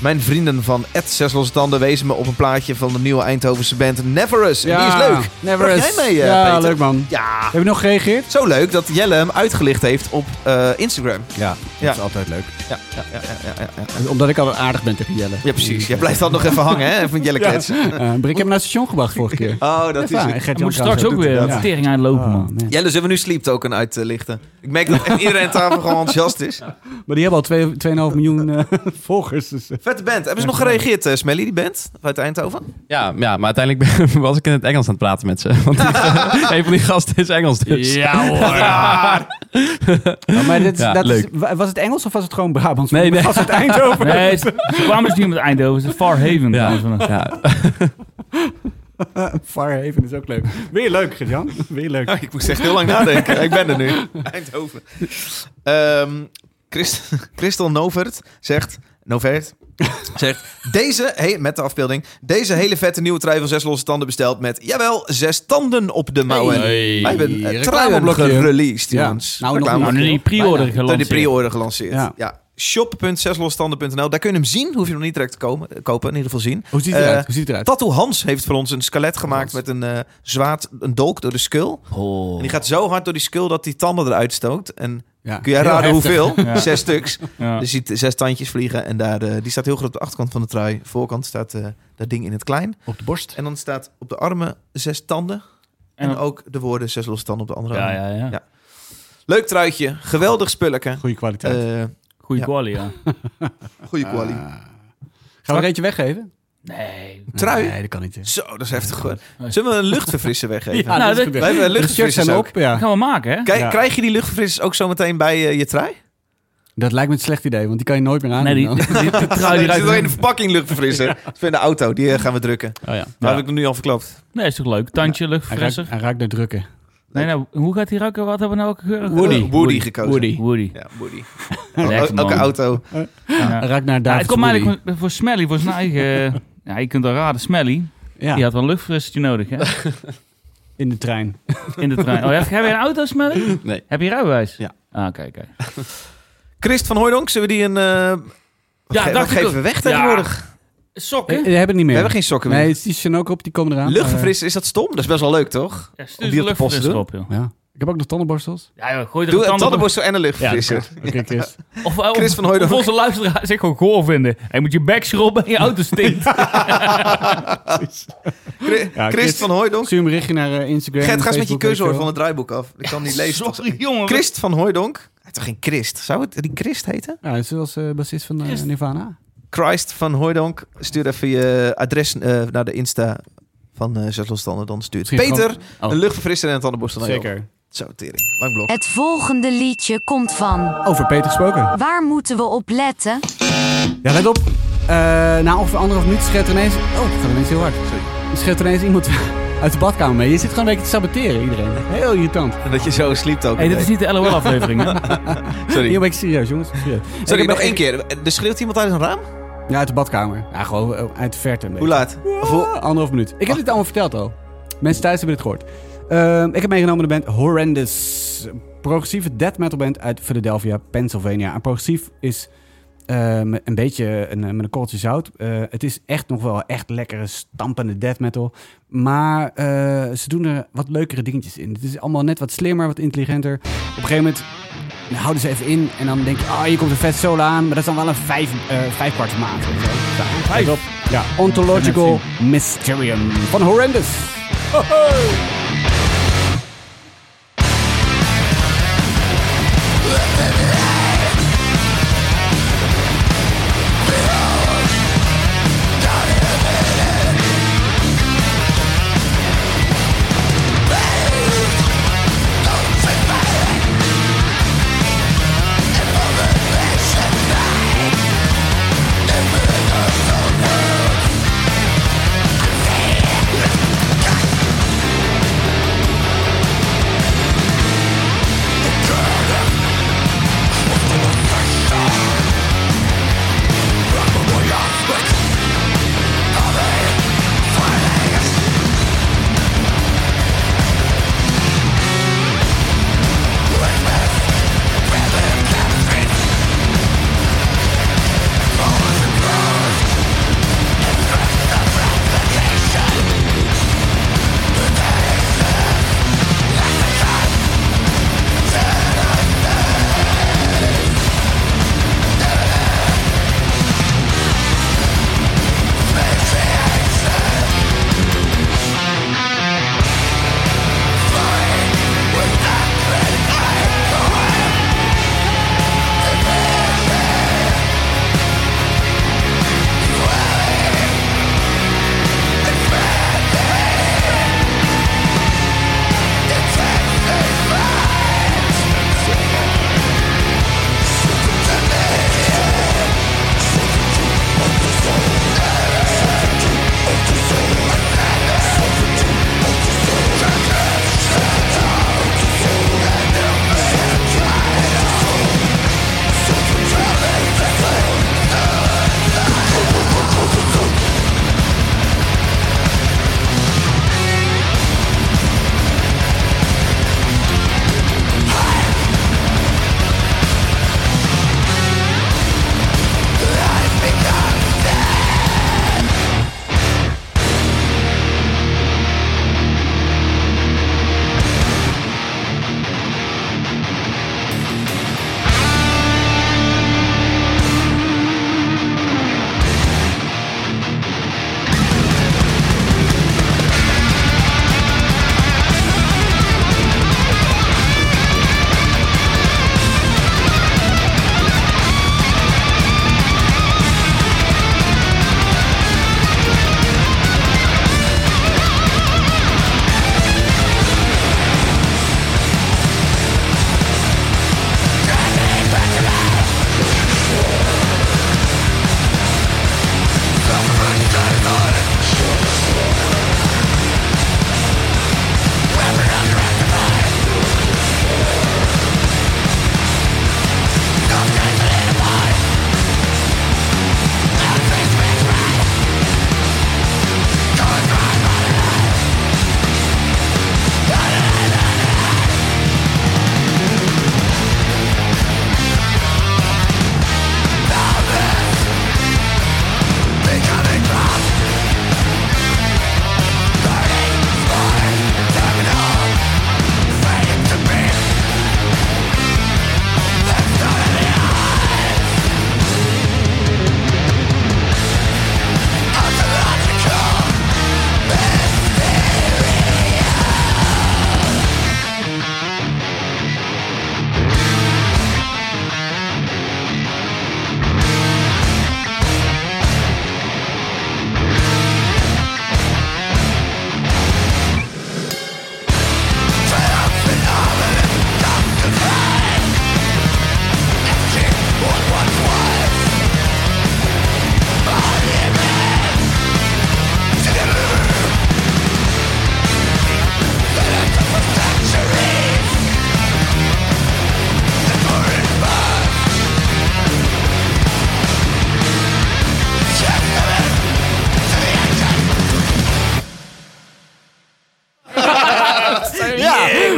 [SPEAKER 4] Mijn vrienden van Ed Zes Losse Tanden wezen me op een plaatje van de nieuwe Eindhovense band Neverus. En die is leuk.
[SPEAKER 1] Never
[SPEAKER 4] Bracht
[SPEAKER 1] is-
[SPEAKER 4] jij mee, eh,
[SPEAKER 1] Ja,
[SPEAKER 4] Peter?
[SPEAKER 1] leuk man.
[SPEAKER 4] Ja,
[SPEAKER 1] Heb je nog gereageerd?
[SPEAKER 4] zo leuk dat Jelle hem uitgelicht heeft op eh, Instagram.
[SPEAKER 1] Ja,
[SPEAKER 4] Ja. is
[SPEAKER 1] altijd leuk.
[SPEAKER 4] Ja, ja, ja, ja, ja, ja, ja.
[SPEAKER 1] Omdat ik eh, altijd aardig ben tegen Jelle.
[SPEAKER 4] Ja, precies. Jij blijft dat nog even hangen, hè? Van Jelle kletsen.
[SPEAKER 1] Eh, maar ik heb hem naar het station gebracht vorige keer.
[SPEAKER 4] Oh, dat is
[SPEAKER 1] Ja,
[SPEAKER 5] Hij
[SPEAKER 4] het.
[SPEAKER 1] Gert-Jan
[SPEAKER 5] moet
[SPEAKER 1] Kraus
[SPEAKER 5] straks ook
[SPEAKER 1] doet
[SPEAKER 5] weer
[SPEAKER 1] het.
[SPEAKER 5] een tering aan lopen,
[SPEAKER 1] Ah,
[SPEAKER 5] man.
[SPEAKER 1] man.
[SPEAKER 4] Jelle, zullen we nu Sleeptoken uitlichten? Ik merk dat echt iedereen aan tafel gewoon enthousiast is.
[SPEAKER 1] Maar die hebben al twee- 2,5 miljoen eh, volgers. Dus, eh,
[SPEAKER 4] Vette band. Hebben ze nog gereageerd, eh, Smelly, die band? Uit Eindhoven?
[SPEAKER 7] Ja, ja, maar uiteindelijk ben- was ik in het Engels aan het praten met ze. Want een van die gasten is Engels dus.
[SPEAKER 5] Ja, hoor.
[SPEAKER 1] Oh, maar dit is,
[SPEAKER 7] Ja,
[SPEAKER 1] dat
[SPEAKER 7] leuk.
[SPEAKER 1] is- wa- was het Engels of was het gewoon Brabants?
[SPEAKER 7] Nee, nee.
[SPEAKER 1] Was het Eindhoven?
[SPEAKER 5] Nee, ze kwamen dus niet met Eindhoven. Het is Far Haven.
[SPEAKER 7] Ja.
[SPEAKER 5] trouwens.
[SPEAKER 7] Ja.
[SPEAKER 1] Varhaven is ook leuk. Weer leuk, Jan. Weer leuk.
[SPEAKER 4] ik moest echt heel lang nadenken. ik ben er nu. Eindhoven. Ehm Christ, Christel Novert zegt... Novert? Zegt, deze, he- met de afbeelding... Deze hele vette nieuwe trui van zes losse tanden besteld met... Jawel, zes tanden op de mouwen.
[SPEAKER 7] Hey.
[SPEAKER 4] Wij hebben een
[SPEAKER 1] reclameblokje.
[SPEAKER 4] truienblokje gereleased,
[SPEAKER 1] Ja.
[SPEAKER 4] jongens.
[SPEAKER 1] Nou, nog
[SPEAKER 4] Reclame-
[SPEAKER 5] Nou,
[SPEAKER 1] niet.
[SPEAKER 5] nu die pre-order
[SPEAKER 1] Bijna.
[SPEAKER 4] Door de
[SPEAKER 5] gelanceerd.
[SPEAKER 4] pre-order gelanceerd. Ja.
[SPEAKER 1] Ja.
[SPEAKER 4] Shop.zeslostanden.nl. Daar kun je hem zien. Hoef je hem nog niet direct te komen, kopen. In ieder geval zien.
[SPEAKER 1] Hoe ziet het
[SPEAKER 4] Eh,
[SPEAKER 1] eruit? Hoe ziet het eruit?
[SPEAKER 4] Tattoo Hans heeft voor ons een skelet gemaakt met een eh zwaard, een dolk door de skull.
[SPEAKER 1] Oh.
[SPEAKER 4] En die gaat zo hard door die skull dat die tanden eruit stoot. En
[SPEAKER 1] Ja.
[SPEAKER 4] kun jij
[SPEAKER 1] Heel
[SPEAKER 4] raden
[SPEAKER 1] heftig.
[SPEAKER 4] hoeveel?
[SPEAKER 5] Ja.
[SPEAKER 4] Zes stuks.
[SPEAKER 5] Ja.
[SPEAKER 4] Dus je ziet zes tandjes vliegen. En daar, eh, die staat heel groot op de achterkant van de trui. Voorkant staat eh, dat ding in het klein.
[SPEAKER 1] Op de borst.
[SPEAKER 4] En dan staat op de armen zes tanden. En,
[SPEAKER 5] En dan-
[SPEAKER 4] ook de woorden zes losse tanden op de andere
[SPEAKER 5] ja,
[SPEAKER 4] arm.
[SPEAKER 5] ja, ja.
[SPEAKER 4] Ja. Leuk truitje. Geweldig spulletje.
[SPEAKER 1] Goede kwaliteit.
[SPEAKER 4] Eh
[SPEAKER 5] Goeie
[SPEAKER 4] Ja.
[SPEAKER 5] quali, ja.
[SPEAKER 4] goede kwaliteit.
[SPEAKER 5] Ah,
[SPEAKER 1] Gaan we er eentje weggeven?
[SPEAKER 5] Nee.
[SPEAKER 4] Trui?
[SPEAKER 1] Nee, dat kan niet.
[SPEAKER 4] Zo, dat is heftig. hoor. Zullen we een luchtverfrisser weggeven?
[SPEAKER 5] Nou, dat-
[SPEAKER 4] Wij hebben luchtverfrissers
[SPEAKER 1] zijn
[SPEAKER 4] ook.
[SPEAKER 1] op,
[SPEAKER 5] Dat
[SPEAKER 1] ja.
[SPEAKER 5] gaan we maken, hè?
[SPEAKER 4] Kijk,
[SPEAKER 1] Ja.
[SPEAKER 4] Krijg je die luchtverfrissers ook zo meteen bij eh, je trui?
[SPEAKER 1] Dat lijkt me een slecht idee, want die kan je nooit meer aan.
[SPEAKER 5] Nee, die, die, die, die trui
[SPEAKER 4] Nee,
[SPEAKER 5] Ah, die
[SPEAKER 4] er zit alleen
[SPEAKER 5] ruikt...
[SPEAKER 4] een verpakking luchtverfrisser. Dat is voor in de auto, die eh, gaan we drukken.
[SPEAKER 7] Oh ja.
[SPEAKER 4] Daar heb ik hem nu al verklapt.
[SPEAKER 5] Nee, is toch leuk? Tandje,
[SPEAKER 1] hij, ruikt,
[SPEAKER 5] luchtverfrisser.
[SPEAKER 1] hij ruikt naar drukken.
[SPEAKER 5] Nee, nou, hoe gaat die ruiken? Wat hebben we nou ook geur?
[SPEAKER 4] Woody. Woody gekozen.
[SPEAKER 5] Woody. Woody.
[SPEAKER 4] Ja, Woody.
[SPEAKER 5] Lekker,
[SPEAKER 4] Elke
[SPEAKER 5] man.
[SPEAKER 4] auto.
[SPEAKER 5] Ja.
[SPEAKER 1] Hij ruikt naar
[SPEAKER 5] Ja,
[SPEAKER 1] David
[SPEAKER 5] het komt eigenlijk voor- voor Smelly, voor zijn eigen... Ja, je kunt wel raden, Smelly,
[SPEAKER 1] Ja,
[SPEAKER 5] die had wel een luchtfrissertje nodig, hè?
[SPEAKER 1] in de trein.
[SPEAKER 5] In de trein. Oh, heb heb je een auto, Smelly?
[SPEAKER 7] Nee.
[SPEAKER 5] Heb je rijbewijs?
[SPEAKER 1] Ja.
[SPEAKER 5] Ah, oké, oké.
[SPEAKER 4] Christ van Hooydonk, zullen we die een... eh, wat ge- wat
[SPEAKER 5] dacht ik
[SPEAKER 4] geven
[SPEAKER 5] ook.
[SPEAKER 4] we weg
[SPEAKER 5] Ja.
[SPEAKER 4] tegenwoordig?
[SPEAKER 1] Eh,
[SPEAKER 5] Sokken?
[SPEAKER 1] Die hebben het niet
[SPEAKER 4] We
[SPEAKER 1] meer.
[SPEAKER 4] hebben geen sokken meer.
[SPEAKER 1] Nee, het is die Chanook op, die komen eraan.
[SPEAKER 4] Luchtverfrisser, is dat stom? Dat is best wel leuk, toch?
[SPEAKER 5] Ja,
[SPEAKER 4] om
[SPEAKER 5] stuur
[SPEAKER 4] die
[SPEAKER 5] de
[SPEAKER 4] op de post te
[SPEAKER 5] luchtfrisser op, joh.
[SPEAKER 1] Eh, ja. Ik heb ook nog tandenborstels.
[SPEAKER 5] Ja, joh, gooi er
[SPEAKER 4] Doe een
[SPEAKER 5] tand op.
[SPEAKER 4] tandenborstel en een luchtverfrisser.
[SPEAKER 1] Oké, Chris.
[SPEAKER 5] Of, eh, of-
[SPEAKER 4] Chris van Hooijdonk.
[SPEAKER 5] of onze luisteraars zich gewoon goor vinden. Hij moet je bek schrobben en je auto stinkt.
[SPEAKER 4] Chris,
[SPEAKER 1] Ja,
[SPEAKER 4] Christ
[SPEAKER 1] Christ.
[SPEAKER 4] van Hooydonk.
[SPEAKER 1] Stuur een berichtje naar eh, Instagram.
[SPEAKER 4] Gert, ga eens met je
[SPEAKER 1] Facebook,
[SPEAKER 4] keuzewoord
[SPEAKER 1] weet
[SPEAKER 4] van
[SPEAKER 1] ik
[SPEAKER 4] het draaiboek af. Ik kan niet lezen.
[SPEAKER 5] Sorry, jongen.
[SPEAKER 4] Christ van Hooydonk. Hij is toch geen Christ? Zou het die Christ heten?
[SPEAKER 1] veel. Ja, zoals eh bassist van eh,
[SPEAKER 5] Christ.
[SPEAKER 1] Nirvana.
[SPEAKER 4] Christ van Hooydonk. Stuur even je adres eh, naar de Insta van eh Zes Losstanden. Dan stuurt
[SPEAKER 1] Misschien
[SPEAKER 4] Peter
[SPEAKER 1] Oh.
[SPEAKER 4] een luchtverfrisser en een tandenborstel naar jou.
[SPEAKER 1] Zeker.
[SPEAKER 4] Zo, tering. Lang blok.
[SPEAKER 6] Het volgende liedje komt van.
[SPEAKER 1] Over Peter gesproken.
[SPEAKER 6] Waar moeten we op letten?
[SPEAKER 1] Ja, let op. Eh, na ongeveer anderhalf minuut schept er ineens... Oh, het gaat ineens heel hard. Sorry. Schept er ineens iemand uit de badkamer mee. Je zit gewoon een beetje te saboteren, iedereen. Heel irritant.
[SPEAKER 4] En dat je zo sliept ook.
[SPEAKER 5] Hey, dit
[SPEAKER 4] Nee.
[SPEAKER 5] is niet de LOL-aflevering, hè?
[SPEAKER 1] Heel
[SPEAKER 4] Sorry.
[SPEAKER 1] een beetje serieus, jongens. Serieus. Ik
[SPEAKER 4] Sorry,
[SPEAKER 1] heb
[SPEAKER 4] nog
[SPEAKER 1] echt-
[SPEAKER 4] één keer. Er schreeuwt iemand uit een raam?
[SPEAKER 1] Ja, uit de badkamer. Ja, gewoon eh, uit de verte. een beetje.
[SPEAKER 4] Hoe laat? Of hoe-
[SPEAKER 1] Ah, Anderhalf minuut. Ik heb dit allemaal verteld al. Mensen thuis hebben dit gehoord. Ehm, ik heb meegenomen de band Horrendous. Progressieve death metal band uit Philadelphia, Pennsylvania. En progressief is ehm, een beetje een, met een korreltje zout. Eh, het is echt nog wel echt lekkere, stampende death metal. Maar eh, ze doen er wat leukere dingetjes in. Het is allemaal net wat slimmer, wat intelligenter. Op een gegeven moment dan houden ze even in. En dan denk je, ah, hier komt een vet solo aan. Maar dat is dan wel een vijf, eh vijfkwart maand. of zo. Ja, let op. Ja, Ontological Mysterium van Horrendous.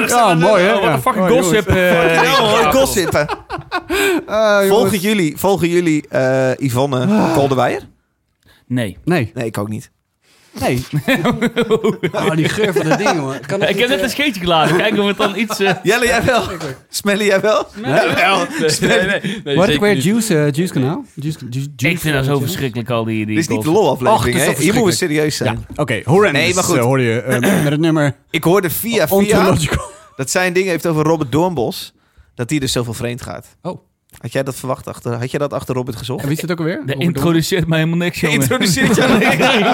[SPEAKER 1] nou, mooi hè?
[SPEAKER 5] eh, Wat
[SPEAKER 1] Ja.
[SPEAKER 5] een fucking
[SPEAKER 1] Mooi, jongens.
[SPEAKER 5] gossip. eh.
[SPEAKER 4] Ja, gossipen.
[SPEAKER 1] Ah, jongens. Ah.
[SPEAKER 4] Volgen jullie, volgen jullie eh, Yvonne Koldewijer?
[SPEAKER 5] Nee.
[SPEAKER 1] Nee,
[SPEAKER 4] Nee, ik ook niet.
[SPEAKER 1] nee. oh, die geur van dat eh, ding, hoor. Kan
[SPEAKER 5] Ik heb net een scheetje gelaten. Kijken of het dan iets... eh,
[SPEAKER 4] Jelle, jij wel? Smelly, jij wel?
[SPEAKER 7] Nee, nee, nee, nee,
[SPEAKER 1] Wat
[SPEAKER 7] zeker
[SPEAKER 1] ik weer
[SPEAKER 7] niet.
[SPEAKER 1] Juice, eh, juice kanaal? Juice, juice, juice,
[SPEAKER 5] Ik vind dat zo
[SPEAKER 1] weet je?
[SPEAKER 5] verschrikkelijk al die... die
[SPEAKER 4] Dit is niet de
[SPEAKER 5] golf.
[SPEAKER 4] lol
[SPEAKER 1] Och, dit
[SPEAKER 4] aflevering,
[SPEAKER 1] is
[SPEAKER 4] hè?
[SPEAKER 1] toch
[SPEAKER 4] Hier moeten we
[SPEAKER 1] verschrikkelijk.
[SPEAKER 4] serieus
[SPEAKER 1] Ja,
[SPEAKER 4] zijn.
[SPEAKER 1] oké. horrendous
[SPEAKER 4] Nee, maar goed.
[SPEAKER 1] eh, hoorde je eh, met het nummer
[SPEAKER 4] Ik hoorde
[SPEAKER 1] Oh,
[SPEAKER 4] via via
[SPEAKER 1] Ontological.
[SPEAKER 4] dat zij een ding heeft over Robert Doornbos. Dat die dus zoveel vreemd gaat.
[SPEAKER 1] Oh.
[SPEAKER 4] Had jij dat verwacht? Achter, had jij dat achter Robert gezocht?
[SPEAKER 1] En wie is het ook alweer?
[SPEAKER 5] Dat
[SPEAKER 1] Robert
[SPEAKER 5] introduceert mij helemaal niks, jongen.
[SPEAKER 4] Introduceer het jou.
[SPEAKER 1] Dombes?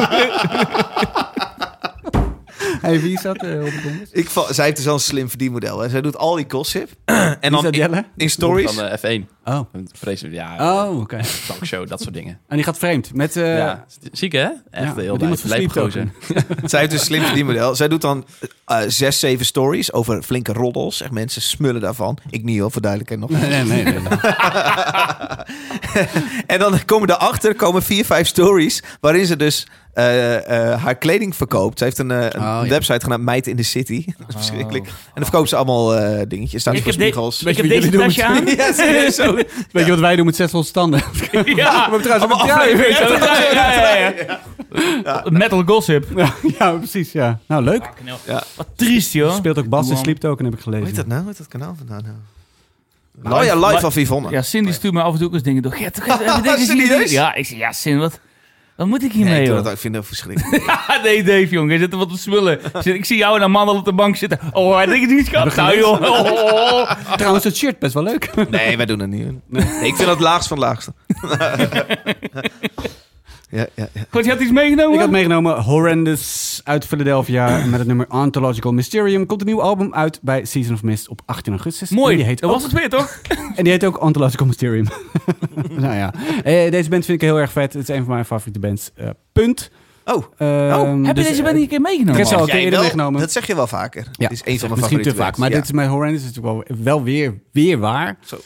[SPEAKER 1] Hey, wie is dat? eh, Robert Dombes?
[SPEAKER 4] Ik val- zij heeft dus al een slim verdienmodel. Hè. Zij doet al die gossip. en
[SPEAKER 1] Wie is
[SPEAKER 4] dan
[SPEAKER 1] dat,
[SPEAKER 4] in,
[SPEAKER 1] Jelle?
[SPEAKER 4] in stories.
[SPEAKER 7] Van de F1.
[SPEAKER 1] Oh.
[SPEAKER 7] Een Vreselijk, ja.
[SPEAKER 1] Oh, oké.
[SPEAKER 7] Talkshow, dat soort dingen.
[SPEAKER 1] En die gaat vreemd. Met, eh,
[SPEAKER 7] ja. Ziek, hè? Echt
[SPEAKER 1] ja,
[SPEAKER 7] heel
[SPEAKER 1] met iemand
[SPEAKER 7] lijp.
[SPEAKER 1] van
[SPEAKER 7] Lijpgozer.
[SPEAKER 1] Sleeptoken.
[SPEAKER 4] Zij heeft dus een slim verdienmodel. Zij doet dan eh, zes, zeven stories over flinke roddels. Echt mensen smullen daarvan. Ik niet hoor, voor duidelijkheid nog.
[SPEAKER 1] Nee, nee, nee. nee.
[SPEAKER 4] En dan komen daarachter komen vier, vijf stories waarin ze dus eh, eh, haar kleding verkoopt. Ze heeft een, eh, een
[SPEAKER 1] Oh, ja.
[SPEAKER 4] website genaamd Meid in the City. Dat is verschrikkelijk. En dan verkoopt ze allemaal eh, dingetjes. Staat
[SPEAKER 5] Ik
[SPEAKER 4] voor
[SPEAKER 5] heb, de-
[SPEAKER 4] spiegels.
[SPEAKER 5] ik heb
[SPEAKER 1] wat
[SPEAKER 5] deze
[SPEAKER 1] jullie doen?
[SPEAKER 5] tasje aan.
[SPEAKER 4] Ja, serieus zo.
[SPEAKER 1] Weet je wat wij doen met 600 standen? We
[SPEAKER 5] Ja.
[SPEAKER 1] hebben trouwens
[SPEAKER 4] Allemaal
[SPEAKER 1] ja,
[SPEAKER 4] afleveringen.
[SPEAKER 5] Ja, ja, ja, ja, ja. Metal gossip.
[SPEAKER 1] ja, ja, precies, ja. Nou, leuk.
[SPEAKER 5] Wat triest, joh.
[SPEAKER 1] Speelt ook Bas in
[SPEAKER 5] Doe
[SPEAKER 1] Sleeptoken, heb ik
[SPEAKER 4] Hoe heet
[SPEAKER 1] gelezen.
[SPEAKER 4] dat nou? Hoe heet dat kanaal vandaan nou? Oh ja, live
[SPEAKER 5] Live-
[SPEAKER 4] van Yvonne.
[SPEAKER 5] Ja, Cindy stuurt me af en toe ook eens dingen door. Gert, Gert, even denken, zie je
[SPEAKER 4] Serieus?
[SPEAKER 5] dit? Ja, ik zeg, ja, Cindy, wat, wat moet ik
[SPEAKER 4] Nee,
[SPEAKER 5] hiermee,
[SPEAKER 4] ik, doe
[SPEAKER 5] joh?
[SPEAKER 4] dat, ook. ik vind dat verschrikkelijk.
[SPEAKER 5] Ah, nee, Dave, jongen, je zit er wat te smullen. Ik zit- Ik zie jou en een man al op de bank zitten. Oh, hij denkt het niet, schat. Nou, joh. Oh.
[SPEAKER 1] Trouwens, dat shirt best wel leuk.
[SPEAKER 4] Nee, wij doen het niet. Nee, ik vind dat laagst van het laagste. ja, ja, ja.
[SPEAKER 5] Goed, je had iets meegenomen?
[SPEAKER 1] Ik had meegenomen Horrendous uit Philadelphia. En met het nummer Ontological Mysterium komt een nieuw album uit bij Season of Mist op 18 augustus. En die
[SPEAKER 5] Mooi,
[SPEAKER 1] heet
[SPEAKER 5] dat
[SPEAKER 1] ook,
[SPEAKER 5] was het weer, toch?
[SPEAKER 1] en die heet ook Ontological Mysterium. nou ja, Eh, deze band vind ik heel erg vet. Het is een van mijn favoriete bands. Eh, punt.
[SPEAKER 4] Oh.
[SPEAKER 1] Ehm,
[SPEAKER 5] Heb je
[SPEAKER 1] dus,
[SPEAKER 5] deze
[SPEAKER 1] eh,
[SPEAKER 5] band niet een keer meegenomen?
[SPEAKER 1] Chris al-
[SPEAKER 5] Ja,
[SPEAKER 1] een keer
[SPEAKER 4] Jij
[SPEAKER 1] eerder
[SPEAKER 4] wel?
[SPEAKER 1] meegenomen.
[SPEAKER 4] Dat zeg Oh, je wel vaker.
[SPEAKER 1] Ja,
[SPEAKER 4] Ja, is een van
[SPEAKER 1] Misschien
[SPEAKER 4] mijn
[SPEAKER 1] te
[SPEAKER 4] favoriete
[SPEAKER 1] vaak,
[SPEAKER 4] bands.
[SPEAKER 1] maar
[SPEAKER 4] Ja.
[SPEAKER 1] dit is met Horrendous is natuurlijk wel, wel weer, weer waar.
[SPEAKER 4] Zo.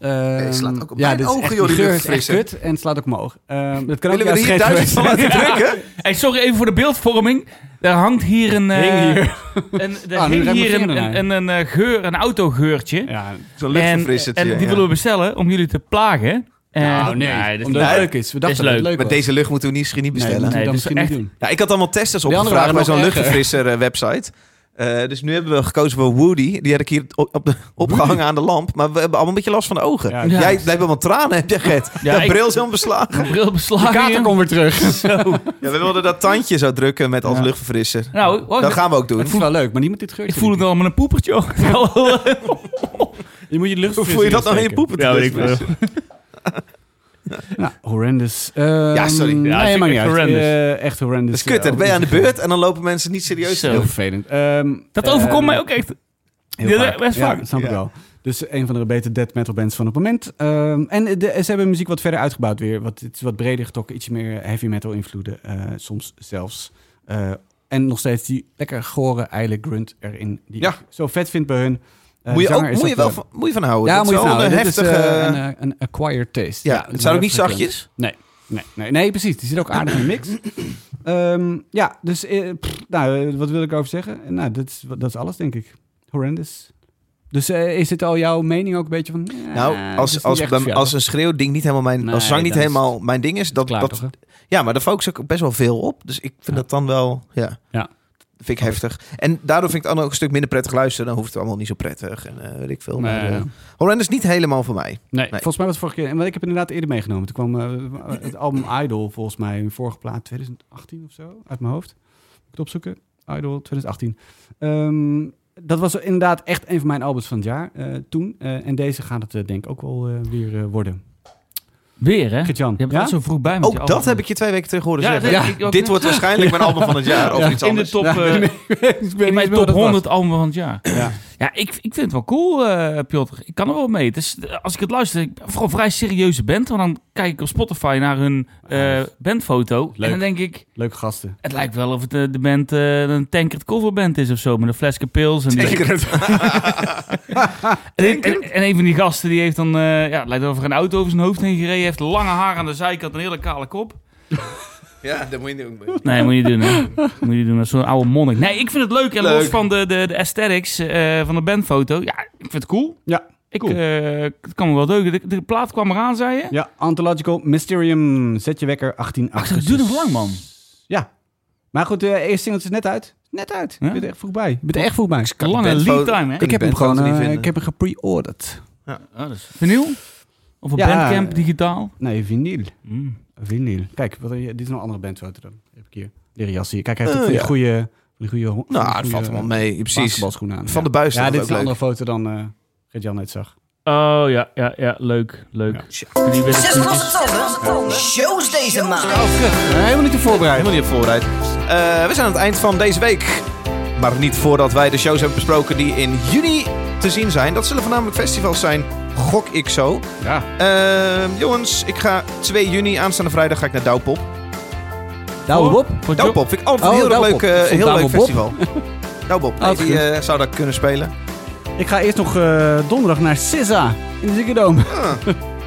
[SPEAKER 1] Ehm,
[SPEAKER 4] Nee, het slaat ook op
[SPEAKER 1] ja,
[SPEAKER 4] mijn
[SPEAKER 1] dit is
[SPEAKER 4] ogen,
[SPEAKER 1] echt-
[SPEAKER 4] joh,
[SPEAKER 1] die
[SPEAKER 4] die
[SPEAKER 1] geur is echt
[SPEAKER 4] luchtfrisser.
[SPEAKER 1] kut en het slaat ook omhoog. Ehm dat kan ook
[SPEAKER 4] Willen we
[SPEAKER 1] juist
[SPEAKER 4] er
[SPEAKER 1] geen
[SPEAKER 4] hier duizend
[SPEAKER 1] geur-
[SPEAKER 4] van laten drukken?
[SPEAKER 5] Hey, sorry even voor de beeldvorming. Er hangt hier een... eh,
[SPEAKER 1] Hing hier.
[SPEAKER 5] Een, er
[SPEAKER 1] Ah, nu ruikt
[SPEAKER 5] hing
[SPEAKER 1] mijn
[SPEAKER 5] hier een,
[SPEAKER 1] vinger
[SPEAKER 5] een,
[SPEAKER 1] ernaar.
[SPEAKER 5] een, een, eh, geur, een autogeurtje.
[SPEAKER 1] Ja,
[SPEAKER 4] Zo'n
[SPEAKER 5] En, en die willen we bestellen om jullie te plagen. En-
[SPEAKER 1] nou, nee,
[SPEAKER 5] dat is
[SPEAKER 1] omdat
[SPEAKER 5] niet
[SPEAKER 1] het
[SPEAKER 5] leuk.
[SPEAKER 1] leuk is. We
[SPEAKER 5] Dit
[SPEAKER 1] dachten
[SPEAKER 5] is
[SPEAKER 1] dat het
[SPEAKER 5] leuk.
[SPEAKER 1] leuk
[SPEAKER 4] Maar
[SPEAKER 1] was.
[SPEAKER 4] deze lucht moeten we niet, misschien niet bestellen.
[SPEAKER 1] Nee, dat
[SPEAKER 5] Nee, dat
[SPEAKER 1] moeten we
[SPEAKER 5] is
[SPEAKER 1] dan misschien
[SPEAKER 5] echt-
[SPEAKER 1] niet doen.
[SPEAKER 4] Nou, ik had allemaal testers
[SPEAKER 1] andere
[SPEAKER 4] opgevraagd
[SPEAKER 1] waren
[SPEAKER 4] bij
[SPEAKER 1] nog
[SPEAKER 4] zo'n
[SPEAKER 1] erger.
[SPEAKER 4] luchtverfrisser eh, website. Eh, dus nu hebben we gekozen voor Woody. Die had ik hier op op de, opgehangen aan de lamp. Maar we hebben allemaal een beetje last van de ogen.
[SPEAKER 1] Ja,
[SPEAKER 5] ja.
[SPEAKER 4] Jij blijft allemaal tranen, heb je Gert?
[SPEAKER 5] Ja,
[SPEAKER 4] dat
[SPEAKER 5] ik-
[SPEAKER 4] bril is helemaal beslagen.
[SPEAKER 5] Een bril
[SPEAKER 1] De
[SPEAKER 5] beslagen.
[SPEAKER 1] kater
[SPEAKER 5] joh.
[SPEAKER 1] komt weer terug.
[SPEAKER 4] Ja, we wilden dat tandje zo drukken met als
[SPEAKER 1] Ja.
[SPEAKER 4] luchtverfrisser.
[SPEAKER 5] Nou, oh,
[SPEAKER 4] Dat gaan we ook doen.
[SPEAKER 1] Het is wel leuk, maar niet met dit
[SPEAKER 5] ik
[SPEAKER 1] geurtje.
[SPEAKER 5] voel het al met een poepertje. hoor.
[SPEAKER 1] Je moet je lucht
[SPEAKER 4] Hoe voel je dat nou in je poepen? te
[SPEAKER 5] weet ik
[SPEAKER 4] drukken?
[SPEAKER 1] Nou, horrendous. Ehm,
[SPEAKER 4] Ja, sorry. Ja,
[SPEAKER 1] nee,
[SPEAKER 5] ik vind
[SPEAKER 1] maakt
[SPEAKER 5] het
[SPEAKER 1] niet uit.
[SPEAKER 5] horrendous.
[SPEAKER 1] Eh, echt horrendous.
[SPEAKER 4] Dat is kut, hè?
[SPEAKER 1] Ja,
[SPEAKER 4] Dan ben je aan de beurt en dan lopen mensen niet serieus.
[SPEAKER 5] Zo.
[SPEAKER 1] Heel vervelend. Ehm,
[SPEAKER 5] Dat overkomt
[SPEAKER 1] ehm,
[SPEAKER 5] mij ook echt.
[SPEAKER 1] Heel
[SPEAKER 5] Ja,
[SPEAKER 1] vaak.
[SPEAKER 5] best
[SPEAKER 1] ja,
[SPEAKER 5] vaak.
[SPEAKER 1] dat snap ik
[SPEAKER 4] Ja.
[SPEAKER 1] wel. Dus een van de betere death metal bands van het moment. Ehm, en de, ze hebben muziek wat verder uitgebouwd weer. Wat, het is wat breder getrokken, iets meer heavy metal invloeden. eh, soms zelfs. Eh, en nog steeds die lekker gore, eile grunt erin. Die
[SPEAKER 4] Ja.
[SPEAKER 1] ik zo vet vind bij hun. Eh,
[SPEAKER 4] Moet
[SPEAKER 1] de
[SPEAKER 4] je,
[SPEAKER 1] zanger
[SPEAKER 4] ook,
[SPEAKER 1] is
[SPEAKER 4] moet je
[SPEAKER 1] ook,
[SPEAKER 4] wel
[SPEAKER 1] eh,
[SPEAKER 4] van, moet je van houden.
[SPEAKER 1] ja,
[SPEAKER 4] dat
[SPEAKER 1] moet je
[SPEAKER 4] is wel
[SPEAKER 1] nou,
[SPEAKER 4] een
[SPEAKER 1] dit is,
[SPEAKER 4] heftige...
[SPEAKER 1] eh, een, eh, een acquired taste.
[SPEAKER 4] ja, het zijn ook niet
[SPEAKER 1] heftige-
[SPEAKER 4] zachtjes.
[SPEAKER 1] Nee, nee, nee, precies. Die zit ook aardig in de mix. Ehm, ja, dus eh, pff, nou, eh, wat wil ik over zeggen? Eh, Nou, dat is, dat is alles, denk ik. Horrendous. Dus eh, is dit al jouw mening ook een beetje van... eh,
[SPEAKER 4] Nou,
[SPEAKER 1] dit is
[SPEAKER 4] als,
[SPEAKER 1] niet
[SPEAKER 4] als,
[SPEAKER 1] echt
[SPEAKER 4] bij-
[SPEAKER 1] voor jou?
[SPEAKER 4] als een schreeuwding niet helemaal mijn... als
[SPEAKER 1] Nee,
[SPEAKER 4] zang niet
[SPEAKER 1] dan is-
[SPEAKER 4] helemaal mijn ding is... Dat,
[SPEAKER 1] Klaar,
[SPEAKER 4] dat,
[SPEAKER 1] toch, hè?
[SPEAKER 4] Ja, maar daar focus ik ook best wel veel op. Dus ik vind
[SPEAKER 1] Ja.
[SPEAKER 4] dat dan wel... Ja.
[SPEAKER 1] Ja.
[SPEAKER 4] Vind ik heftig. En daardoor vind ik het dan ook een stuk minder prettig luisteren. Dan hoeft het allemaal niet zo prettig. En eh, weet ik veel. Maar,
[SPEAKER 1] Nee,
[SPEAKER 4] eh, Horrendous niet helemaal voor mij.
[SPEAKER 1] nee, volgens mij was het vorige keer... en Want ik heb inderdaad eerder meegenomen. Toen kwam eh, het album Idol, volgens mij, in vorige plaat 2018 of zo, uit mijn hoofd. Moet ik het opzoeken? Idol 2018. Ehm, dat was inderdaad echt een van mijn albums van het jaar eh, toen. Eh, en deze gaat het eh, denk ik ook wel eh, weer eh, worden.
[SPEAKER 5] Weer, hè? Je
[SPEAKER 1] Gert-Jan?
[SPEAKER 5] hebt
[SPEAKER 1] ja?
[SPEAKER 5] het zo vroeg bij met je
[SPEAKER 4] Ook dat
[SPEAKER 5] album.
[SPEAKER 4] heb ik je twee weken terug horen
[SPEAKER 5] Ja,
[SPEAKER 4] zeggen.
[SPEAKER 5] dat- ik ook
[SPEAKER 4] Dit
[SPEAKER 5] net.
[SPEAKER 4] wordt waarschijnlijk mijn album van het jaar. Of iets
[SPEAKER 5] in de
[SPEAKER 4] anders.
[SPEAKER 5] top,
[SPEAKER 1] Ja,
[SPEAKER 5] eh,
[SPEAKER 1] nee, ik weet
[SPEAKER 5] in mijn
[SPEAKER 1] niet meer wat
[SPEAKER 5] top
[SPEAKER 1] dat was.
[SPEAKER 5] 100 album van het jaar.
[SPEAKER 1] Ja.
[SPEAKER 5] Ja, ik, ik vind het wel cool, eh Piotr. Ik kan er wel mee. Dus als ik het luister, ik ben vooral een vrij serieuze band. Want dan kijk ik op Spotify naar hun eh, bandfoto.
[SPEAKER 1] Leuk.
[SPEAKER 5] En dan denk ik,
[SPEAKER 1] Leuke gasten.
[SPEAKER 5] het lijkt wel of het eh, de band eh, een tankard coverband is of zo. Met een flesje pils. En, die- en, en, en een van die gasten die heeft dan, eh, ja, het lijkt wel of er een auto over zijn hoofd heen gereden heeft. Lange haar aan de zijkant, een hele kale kop.
[SPEAKER 4] Ja, dat moet je doen.
[SPEAKER 5] Nee, moet je niet doen. Hè. Moet je niet doen. Dat is zo'n oude monnik. Nee, ik vind het leuk. En
[SPEAKER 4] Leuk.
[SPEAKER 5] los van de, de, de aesthetics eh, van de bandfoto. Ja, ik vind het cool.
[SPEAKER 1] Ja,
[SPEAKER 5] Ik,
[SPEAKER 1] cool.
[SPEAKER 5] eh, het kan me wel deugen. De, de plaat kwam eraan, zei je?
[SPEAKER 1] Ja, Ontological Mysterium. Zet je wekker 18
[SPEAKER 5] Ach, dat duurt nog lang, man.
[SPEAKER 1] Ja. Maar goed, de eerste singeltje is net uit. Net uit.
[SPEAKER 5] Ja?
[SPEAKER 1] Je bent er echt vroeg bij. Je bent er echt vroeg bij.
[SPEAKER 4] kan
[SPEAKER 5] Lange
[SPEAKER 4] bandfoto-
[SPEAKER 5] lead time, hè?
[SPEAKER 1] Ik heb hem
[SPEAKER 4] bandfoto
[SPEAKER 1] gewoon
[SPEAKER 4] niet
[SPEAKER 1] eh,
[SPEAKER 4] vinden.
[SPEAKER 1] ik heb hem gepre-ordered.
[SPEAKER 5] Ja, dat is... Vinyl? Of op
[SPEAKER 1] Ja.
[SPEAKER 5] Bandcamp, digitaal?
[SPEAKER 1] Nee, vinyl.
[SPEAKER 5] Mm.
[SPEAKER 1] Vinyl. Kijk, wat, dit is een andere bandfoto dan. Heb ik hier. Leren jas hier. Kijk, hij heeft
[SPEAKER 4] Eh,
[SPEAKER 1] ook van die
[SPEAKER 4] ja.
[SPEAKER 1] goede... van die goede van die
[SPEAKER 4] Nou,
[SPEAKER 1] goede
[SPEAKER 4] dat valt allemaal mee. Ja, Precies.
[SPEAKER 1] basketbalschoenen aan.
[SPEAKER 4] Van de buis.
[SPEAKER 1] Ja,
[SPEAKER 4] dat
[SPEAKER 1] dit
[SPEAKER 4] ook
[SPEAKER 1] is een
[SPEAKER 4] leuk.
[SPEAKER 1] andere foto dan eh Gert-Jan net zag.
[SPEAKER 5] Oh ja, ja, ja, leuk, leuk. Jullie weten
[SPEAKER 8] Zes
[SPEAKER 5] goed.
[SPEAKER 8] losse tanden. Shows deze maand.
[SPEAKER 1] helemaal niet te voorbereid.
[SPEAKER 4] Oh, Helemaal niet op voorbereid. Eh, we zijn aan het eind van deze week. Maar niet voordat wij de shows hebben besproken die in juni te zien zijn. Dat zullen voornamelijk festivals zijn, gok ik zo.
[SPEAKER 1] Ja.
[SPEAKER 4] Ehm, jongens, ik ga 2 juni, aanstaande vrijdag, ga ik naar Douwpop.
[SPEAKER 1] Douwe Bob.
[SPEAKER 5] Voor Jo-
[SPEAKER 4] Douwpop vind ik altijd
[SPEAKER 1] Oh,
[SPEAKER 4] een heel erg
[SPEAKER 1] Douwpop.
[SPEAKER 4] leuk, eh,
[SPEAKER 1] Ik vond
[SPEAKER 4] heel leuk
[SPEAKER 1] Douwe
[SPEAKER 4] festival. Douwpop, nee,
[SPEAKER 1] Oh,
[SPEAKER 4] die
[SPEAKER 1] goed.
[SPEAKER 4] eh, zou daar kunnen spelen.
[SPEAKER 1] Ik ga eerst nog eh, donderdag naar SZA in de Ziggo Dome.
[SPEAKER 4] Ah,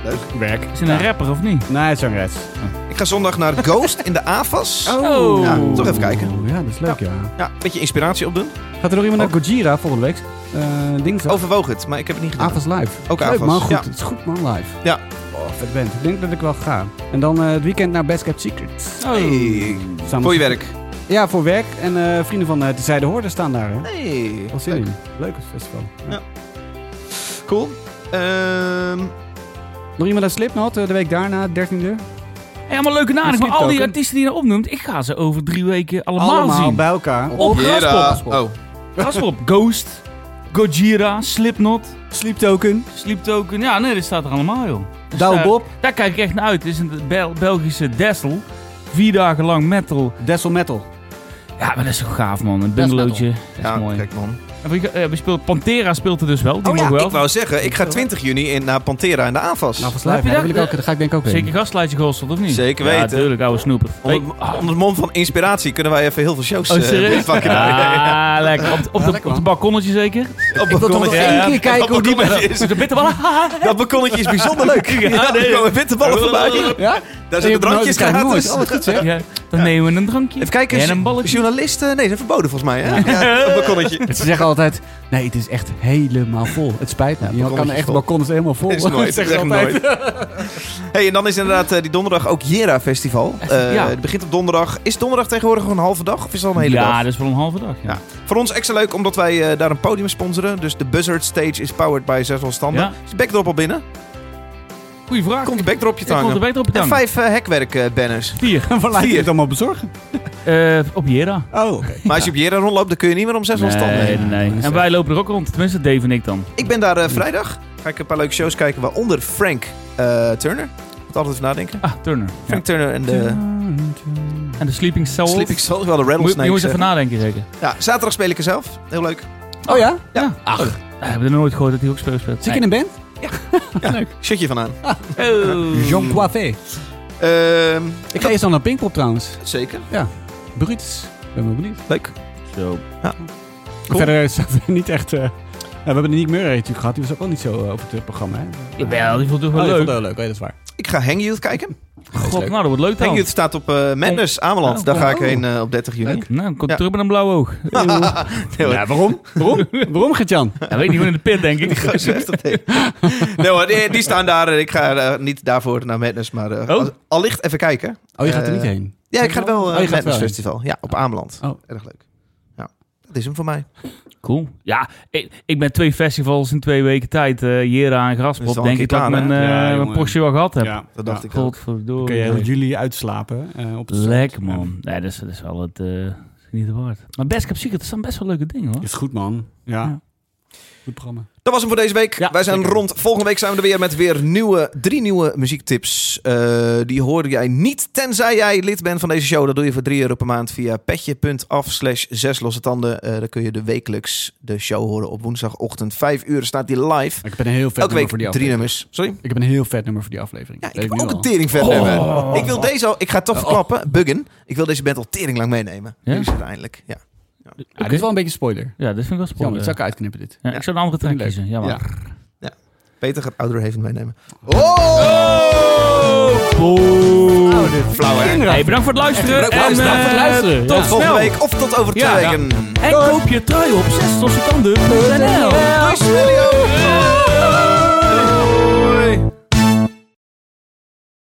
[SPEAKER 4] leuk.
[SPEAKER 1] Werk.
[SPEAKER 5] Is het een rapper of niet?
[SPEAKER 1] Nee, zangeres.
[SPEAKER 4] Ik ga zondag naar Ghost in de AFAS.
[SPEAKER 5] Oh.
[SPEAKER 4] Ja, toch even kijken.
[SPEAKER 1] Ja, dat is leuk, ja.
[SPEAKER 4] Ja, Oh. een beetje inspiratie opdoen.
[SPEAKER 1] Gaat er nog iemand naar Gojira volgende week? Eh dinsdag.
[SPEAKER 4] Overwoog het, maar ik heb het niet gedaan.
[SPEAKER 1] Avas Live.
[SPEAKER 4] Ook
[SPEAKER 1] Leuk,
[SPEAKER 4] Avas,
[SPEAKER 1] man. Goed.
[SPEAKER 4] ja.
[SPEAKER 1] Het is goed, man. Live.
[SPEAKER 4] Ja.
[SPEAKER 1] Oh, vet bent. Ik denk dat ik wel ga. En dan eh, het weekend naar Best Kept Secret.
[SPEAKER 4] Hey,
[SPEAKER 1] Samen-
[SPEAKER 4] Voor je werk.
[SPEAKER 1] Ja, voor werk. En eh, vrienden van eh De Zijde Hoorden staan daar. Hè?
[SPEAKER 4] Hey,
[SPEAKER 1] Wat zin
[SPEAKER 4] leuk.
[SPEAKER 1] in. Leuk het festival. Ja.
[SPEAKER 4] Ja. Cool. Ehm,
[SPEAKER 1] Nog iemand uit Slipknot eh, de week daarna, 13e?
[SPEAKER 5] Hey, allemaal leuke nadenken,
[SPEAKER 1] Met
[SPEAKER 5] maar al die
[SPEAKER 1] Sleeptoken.
[SPEAKER 5] artiesten die je nou opnoemt, ik ga ze over drie weken allemaal, zien.
[SPEAKER 1] bij elkaar.
[SPEAKER 5] Op
[SPEAKER 4] Jera.
[SPEAKER 5] Graspop.
[SPEAKER 4] Oh,
[SPEAKER 5] Graspop, Ghost, Gojira, Slipknot,
[SPEAKER 1] Sleeptoken.
[SPEAKER 5] Sleeptoken. Ja, nee, dat staat er allemaal, joh. Dus
[SPEAKER 1] Douwe
[SPEAKER 5] daar-
[SPEAKER 1] Bob.
[SPEAKER 5] Daar kijk ik echt naar uit. Het is een Bel- Belgische Dessel. Vier dagen lang metal.
[SPEAKER 1] Dessel Metal.
[SPEAKER 5] Ja, maar dat is zo gaaf, man. Een bungalowtje. Dat is
[SPEAKER 4] ja,
[SPEAKER 5] mooi.
[SPEAKER 4] kijk man.
[SPEAKER 5] En we, eh, we speelt, Pantera speelt er dus wel. Die
[SPEAKER 4] Oh ja,
[SPEAKER 5] mogen wel.
[SPEAKER 4] ik wou zeggen, ik ga 20 juni in, naar Pantera in de aanvas.
[SPEAKER 1] Nou, van
[SPEAKER 5] Heb
[SPEAKER 1] Live.
[SPEAKER 5] je
[SPEAKER 1] hè, Daar,
[SPEAKER 5] dat?
[SPEAKER 1] wil ik ook, daar ga ik denk ik ook
[SPEAKER 5] Zeker
[SPEAKER 1] heen.
[SPEAKER 5] gastlijstje geholsterd, of niet?
[SPEAKER 4] Zeker
[SPEAKER 5] Ja,
[SPEAKER 4] weten.
[SPEAKER 5] tuurlijk, oude snoeper. Hey.
[SPEAKER 4] onder, onder het mond van inspiratie kunnen wij even heel veel shows
[SPEAKER 5] Oh,
[SPEAKER 4] eh,
[SPEAKER 5] serieus?
[SPEAKER 4] pakken.
[SPEAKER 5] Ah, lekker. Op, de- op,
[SPEAKER 1] Ja,
[SPEAKER 5] de,
[SPEAKER 1] lekker,
[SPEAKER 5] op de
[SPEAKER 1] man.
[SPEAKER 5] balkonnetje zeker?
[SPEAKER 4] Op dat
[SPEAKER 1] nog
[SPEAKER 4] balkonnetje.
[SPEAKER 1] één
[SPEAKER 4] Ja,
[SPEAKER 1] keer
[SPEAKER 4] dat
[SPEAKER 1] kijken hoe die-
[SPEAKER 4] balkonnetje is-
[SPEAKER 5] De bitterballen.
[SPEAKER 4] Dat balkonnetje is bijzonder leuk. Ja, daar komen witte ballen voorbij.
[SPEAKER 1] Ja?
[SPEAKER 4] Daar zitten drankjes
[SPEAKER 1] Nooit.
[SPEAKER 4] gratis.
[SPEAKER 1] Oh, wat goed zeg.
[SPEAKER 5] Ja, dan nemen we een drankje.
[SPEAKER 4] Even kijken,
[SPEAKER 5] En een balletje.
[SPEAKER 4] journalisten... Nee, dat is verboden volgens mij, hè? Ja, op balkonnetje.
[SPEAKER 1] Ze zeggen altijd, nee, het is echt helemaal vol. Het spijt me. je kan
[SPEAKER 4] balkonnetje
[SPEAKER 1] echt,
[SPEAKER 4] vol.
[SPEAKER 1] het balkon is helemaal vol.
[SPEAKER 4] Is nooit,
[SPEAKER 1] zeggen ze
[SPEAKER 4] echt
[SPEAKER 1] altijd.
[SPEAKER 4] nooit. hey, en dan is inderdaad eh, die donderdag ook Jera Festival. Eh,
[SPEAKER 5] ja.
[SPEAKER 4] Het begint op donderdag. Is donderdag tegenwoordig gewoon een halve dag? Of is het al een nou hele
[SPEAKER 5] ja,
[SPEAKER 4] dag?
[SPEAKER 5] dat is wel een halve dag. Ja.
[SPEAKER 4] Ja. Voor ons extra leuk omdat wij eh, daar een podium sponsoren. Dus de Buzzard Stage is powered by Zeswal Standen.
[SPEAKER 5] Ja.
[SPEAKER 4] Is de backdrop al binnen?
[SPEAKER 5] Goeie vraag.
[SPEAKER 4] Komt de backdropje
[SPEAKER 5] Ik
[SPEAKER 4] te
[SPEAKER 5] kon er
[SPEAKER 4] hangen.
[SPEAKER 5] beter op
[SPEAKER 4] En
[SPEAKER 5] bedanken.
[SPEAKER 4] vijf eh, hekwerk-banners.
[SPEAKER 5] Vier.
[SPEAKER 1] En waar laat je
[SPEAKER 4] Vier.
[SPEAKER 1] het allemaal bezorgen?
[SPEAKER 5] Eh, op Jera.
[SPEAKER 1] Oh, oké.
[SPEAKER 4] maar als je op Jera rondloopt, dan kun je niet meer om Zeswal Standen
[SPEAKER 5] Nee,
[SPEAKER 4] heen.
[SPEAKER 5] nee, nee. En wij lopen er ook rond. Tenminste, Dave en ik dan.
[SPEAKER 4] Ik ben daar eh, vrijdag. Ga ik een paar leuke shows kijken, waaronder Frank eh, Turner. Moet altijd even nadenken.
[SPEAKER 5] Ah, Turner. Ja.
[SPEAKER 4] Frank Turner en de
[SPEAKER 5] En de Sleeping Soul.
[SPEAKER 4] Sleeping Souls, wel de Rattlesnakes.
[SPEAKER 5] Je moet
[SPEAKER 4] eh.
[SPEAKER 5] even nadenken zeker.
[SPEAKER 4] ja, zaterdag speel ik er zelf. Heel leuk.
[SPEAKER 1] Oh ja?
[SPEAKER 5] Ah, hebben we nooit gehoord dat hij ook speelt. speelt.
[SPEAKER 1] Zit je in een band?
[SPEAKER 4] Shirtje van aan.
[SPEAKER 5] Oh.
[SPEAKER 1] Jean Coiffé.
[SPEAKER 4] Ehm,
[SPEAKER 1] Ik ga eerst dan naar Pinkpop trouwens.
[SPEAKER 4] zeker.
[SPEAKER 1] Brutus. Ik ben wel benieuwd.
[SPEAKER 4] Leuk.
[SPEAKER 5] Zo.
[SPEAKER 4] Cool.
[SPEAKER 1] Verder staat er niet echt... eh, nou, we hebben de Nick Murray natuurlijk gehad. Die was ook wel niet zo eh, op het eh, programma. Hè?
[SPEAKER 5] Jawel, die vond het
[SPEAKER 1] Oh,
[SPEAKER 5] wel
[SPEAKER 1] die vond ik
[SPEAKER 5] leuk.
[SPEAKER 1] wel leuk. hè, dat is waar.
[SPEAKER 4] Ik ga Hang Youth kijken.
[SPEAKER 5] God, nou, dat wordt leuk
[SPEAKER 4] Hang
[SPEAKER 5] dan.
[SPEAKER 4] Youth staat op eh Madness, Ameland.
[SPEAKER 1] Oh,
[SPEAKER 4] Daar ga ik
[SPEAKER 1] wow.
[SPEAKER 4] heen eh, op 30 juni.
[SPEAKER 1] Leuk.
[SPEAKER 5] Nou, dan komt
[SPEAKER 4] Ja.
[SPEAKER 5] terug met een blauw oog.
[SPEAKER 4] Nee, hoor.
[SPEAKER 1] waarom? waarom? Waarom, Gert-Jan?
[SPEAKER 5] Hij weet niet hoe in de pit, denk ik.
[SPEAKER 4] Gozer heeft dat tegen. nee hoor, die, die staan daar. en Ik ga eh, niet daarvoor naar Madness, maar eh,
[SPEAKER 5] Oh.
[SPEAKER 4] al, allicht even kijken.
[SPEAKER 1] Oh, je gaat er
[SPEAKER 4] Eh,
[SPEAKER 1] niet heen.
[SPEAKER 4] Ja, ik ga wel
[SPEAKER 1] Oh, je
[SPEAKER 4] eh
[SPEAKER 1] gaat
[SPEAKER 4] Madness
[SPEAKER 1] wel heen.
[SPEAKER 4] Festival. Ja, op Ameland.
[SPEAKER 1] Oh.
[SPEAKER 4] Erg leuk. Ja, dat is hem voor mij.
[SPEAKER 5] Cool. Ja, ik, ik ben twee festivals in twee weken tijd. eh Jera en
[SPEAKER 4] Dat is
[SPEAKER 5] Graspop.
[SPEAKER 4] wel een
[SPEAKER 5] Denk
[SPEAKER 4] keer
[SPEAKER 5] ik dat ik
[SPEAKER 4] klaar,
[SPEAKER 5] mijn,
[SPEAKER 1] hè?
[SPEAKER 5] eh,
[SPEAKER 1] Ja,
[SPEAKER 5] mijn
[SPEAKER 1] jongen.
[SPEAKER 5] Porsche wel gehad heb.
[SPEAKER 4] Dat dacht ik ook.
[SPEAKER 5] Godverdomme.
[SPEAKER 1] Kun je heel juli uitslapen. eh, op de
[SPEAKER 5] Lek,
[SPEAKER 1] strand.
[SPEAKER 5] man. Nee, dat is, dat is wel het... eh niet waard. Maar Best Cap Secret, dat zijn best wel leuke dingen, hoor.
[SPEAKER 1] Is goed, man.
[SPEAKER 5] Ja.
[SPEAKER 1] Ja. Goed programma.
[SPEAKER 4] Dat was hem voor deze week.
[SPEAKER 1] Ja,
[SPEAKER 4] Wij zijn
[SPEAKER 1] zeker.
[SPEAKER 4] rond. Volgende week zijn we er weer met weer nieuwe, drie nieuwe muziektips. Eh, die hoorde jij niet, tenzij jij lid bent van deze show. Dat doe je voor 3 euro per maand via petje.af slash zes losse tanden. Eh dan kun je de wekelijks de show horen op woensdagochtend. Vijf uur staat die live.
[SPEAKER 1] Ik heb een heel vet
[SPEAKER 4] Elke
[SPEAKER 1] nummer
[SPEAKER 4] week
[SPEAKER 1] voor die
[SPEAKER 4] drie
[SPEAKER 1] aflevering.
[SPEAKER 4] nummers. Sorry?
[SPEAKER 1] Ik heb een heel vet nummer voor die aflevering.
[SPEAKER 4] Ja, ik
[SPEAKER 1] Weet
[SPEAKER 4] heb
[SPEAKER 1] nu
[SPEAKER 4] ook
[SPEAKER 1] al.
[SPEAKER 4] een tering vet
[SPEAKER 3] Oh.
[SPEAKER 1] Oh.
[SPEAKER 4] nummer. Ik wil deze al... Ik ga het toch verklappen. Buggen. Ik wil deze band al tering lang meenemen.
[SPEAKER 5] Ja?
[SPEAKER 4] Nu is het eindelijk. Ja.
[SPEAKER 1] Ah, dit is wel een beetje spoiler.
[SPEAKER 5] Ja, dat vind ik wel
[SPEAKER 1] Jammer,
[SPEAKER 5] spannend.
[SPEAKER 1] dat zou ik uitknippen dit.
[SPEAKER 5] Ja, ik zou een andere track
[SPEAKER 1] Vind ik
[SPEAKER 5] kiezen. Ja, maar.
[SPEAKER 1] Ja.
[SPEAKER 4] Peter gaat Outer Haven meenemen.
[SPEAKER 1] Oh, dit.
[SPEAKER 4] flauw, hè?
[SPEAKER 5] Hey, bedankt voor het luisteren.
[SPEAKER 4] Bedankt
[SPEAKER 1] Bedankt
[SPEAKER 5] En, eh,
[SPEAKER 4] voor het luisteren.
[SPEAKER 1] voor het luisteren.
[SPEAKER 5] Tot
[SPEAKER 1] Ja.
[SPEAKER 4] Volgende
[SPEAKER 5] snel.
[SPEAKER 4] week of tot over twee
[SPEAKER 5] Ja, ja.
[SPEAKER 4] weken.
[SPEAKER 5] En koop je trui op 60 seconden.nl.
[SPEAKER 4] Doei, Smelly, yo.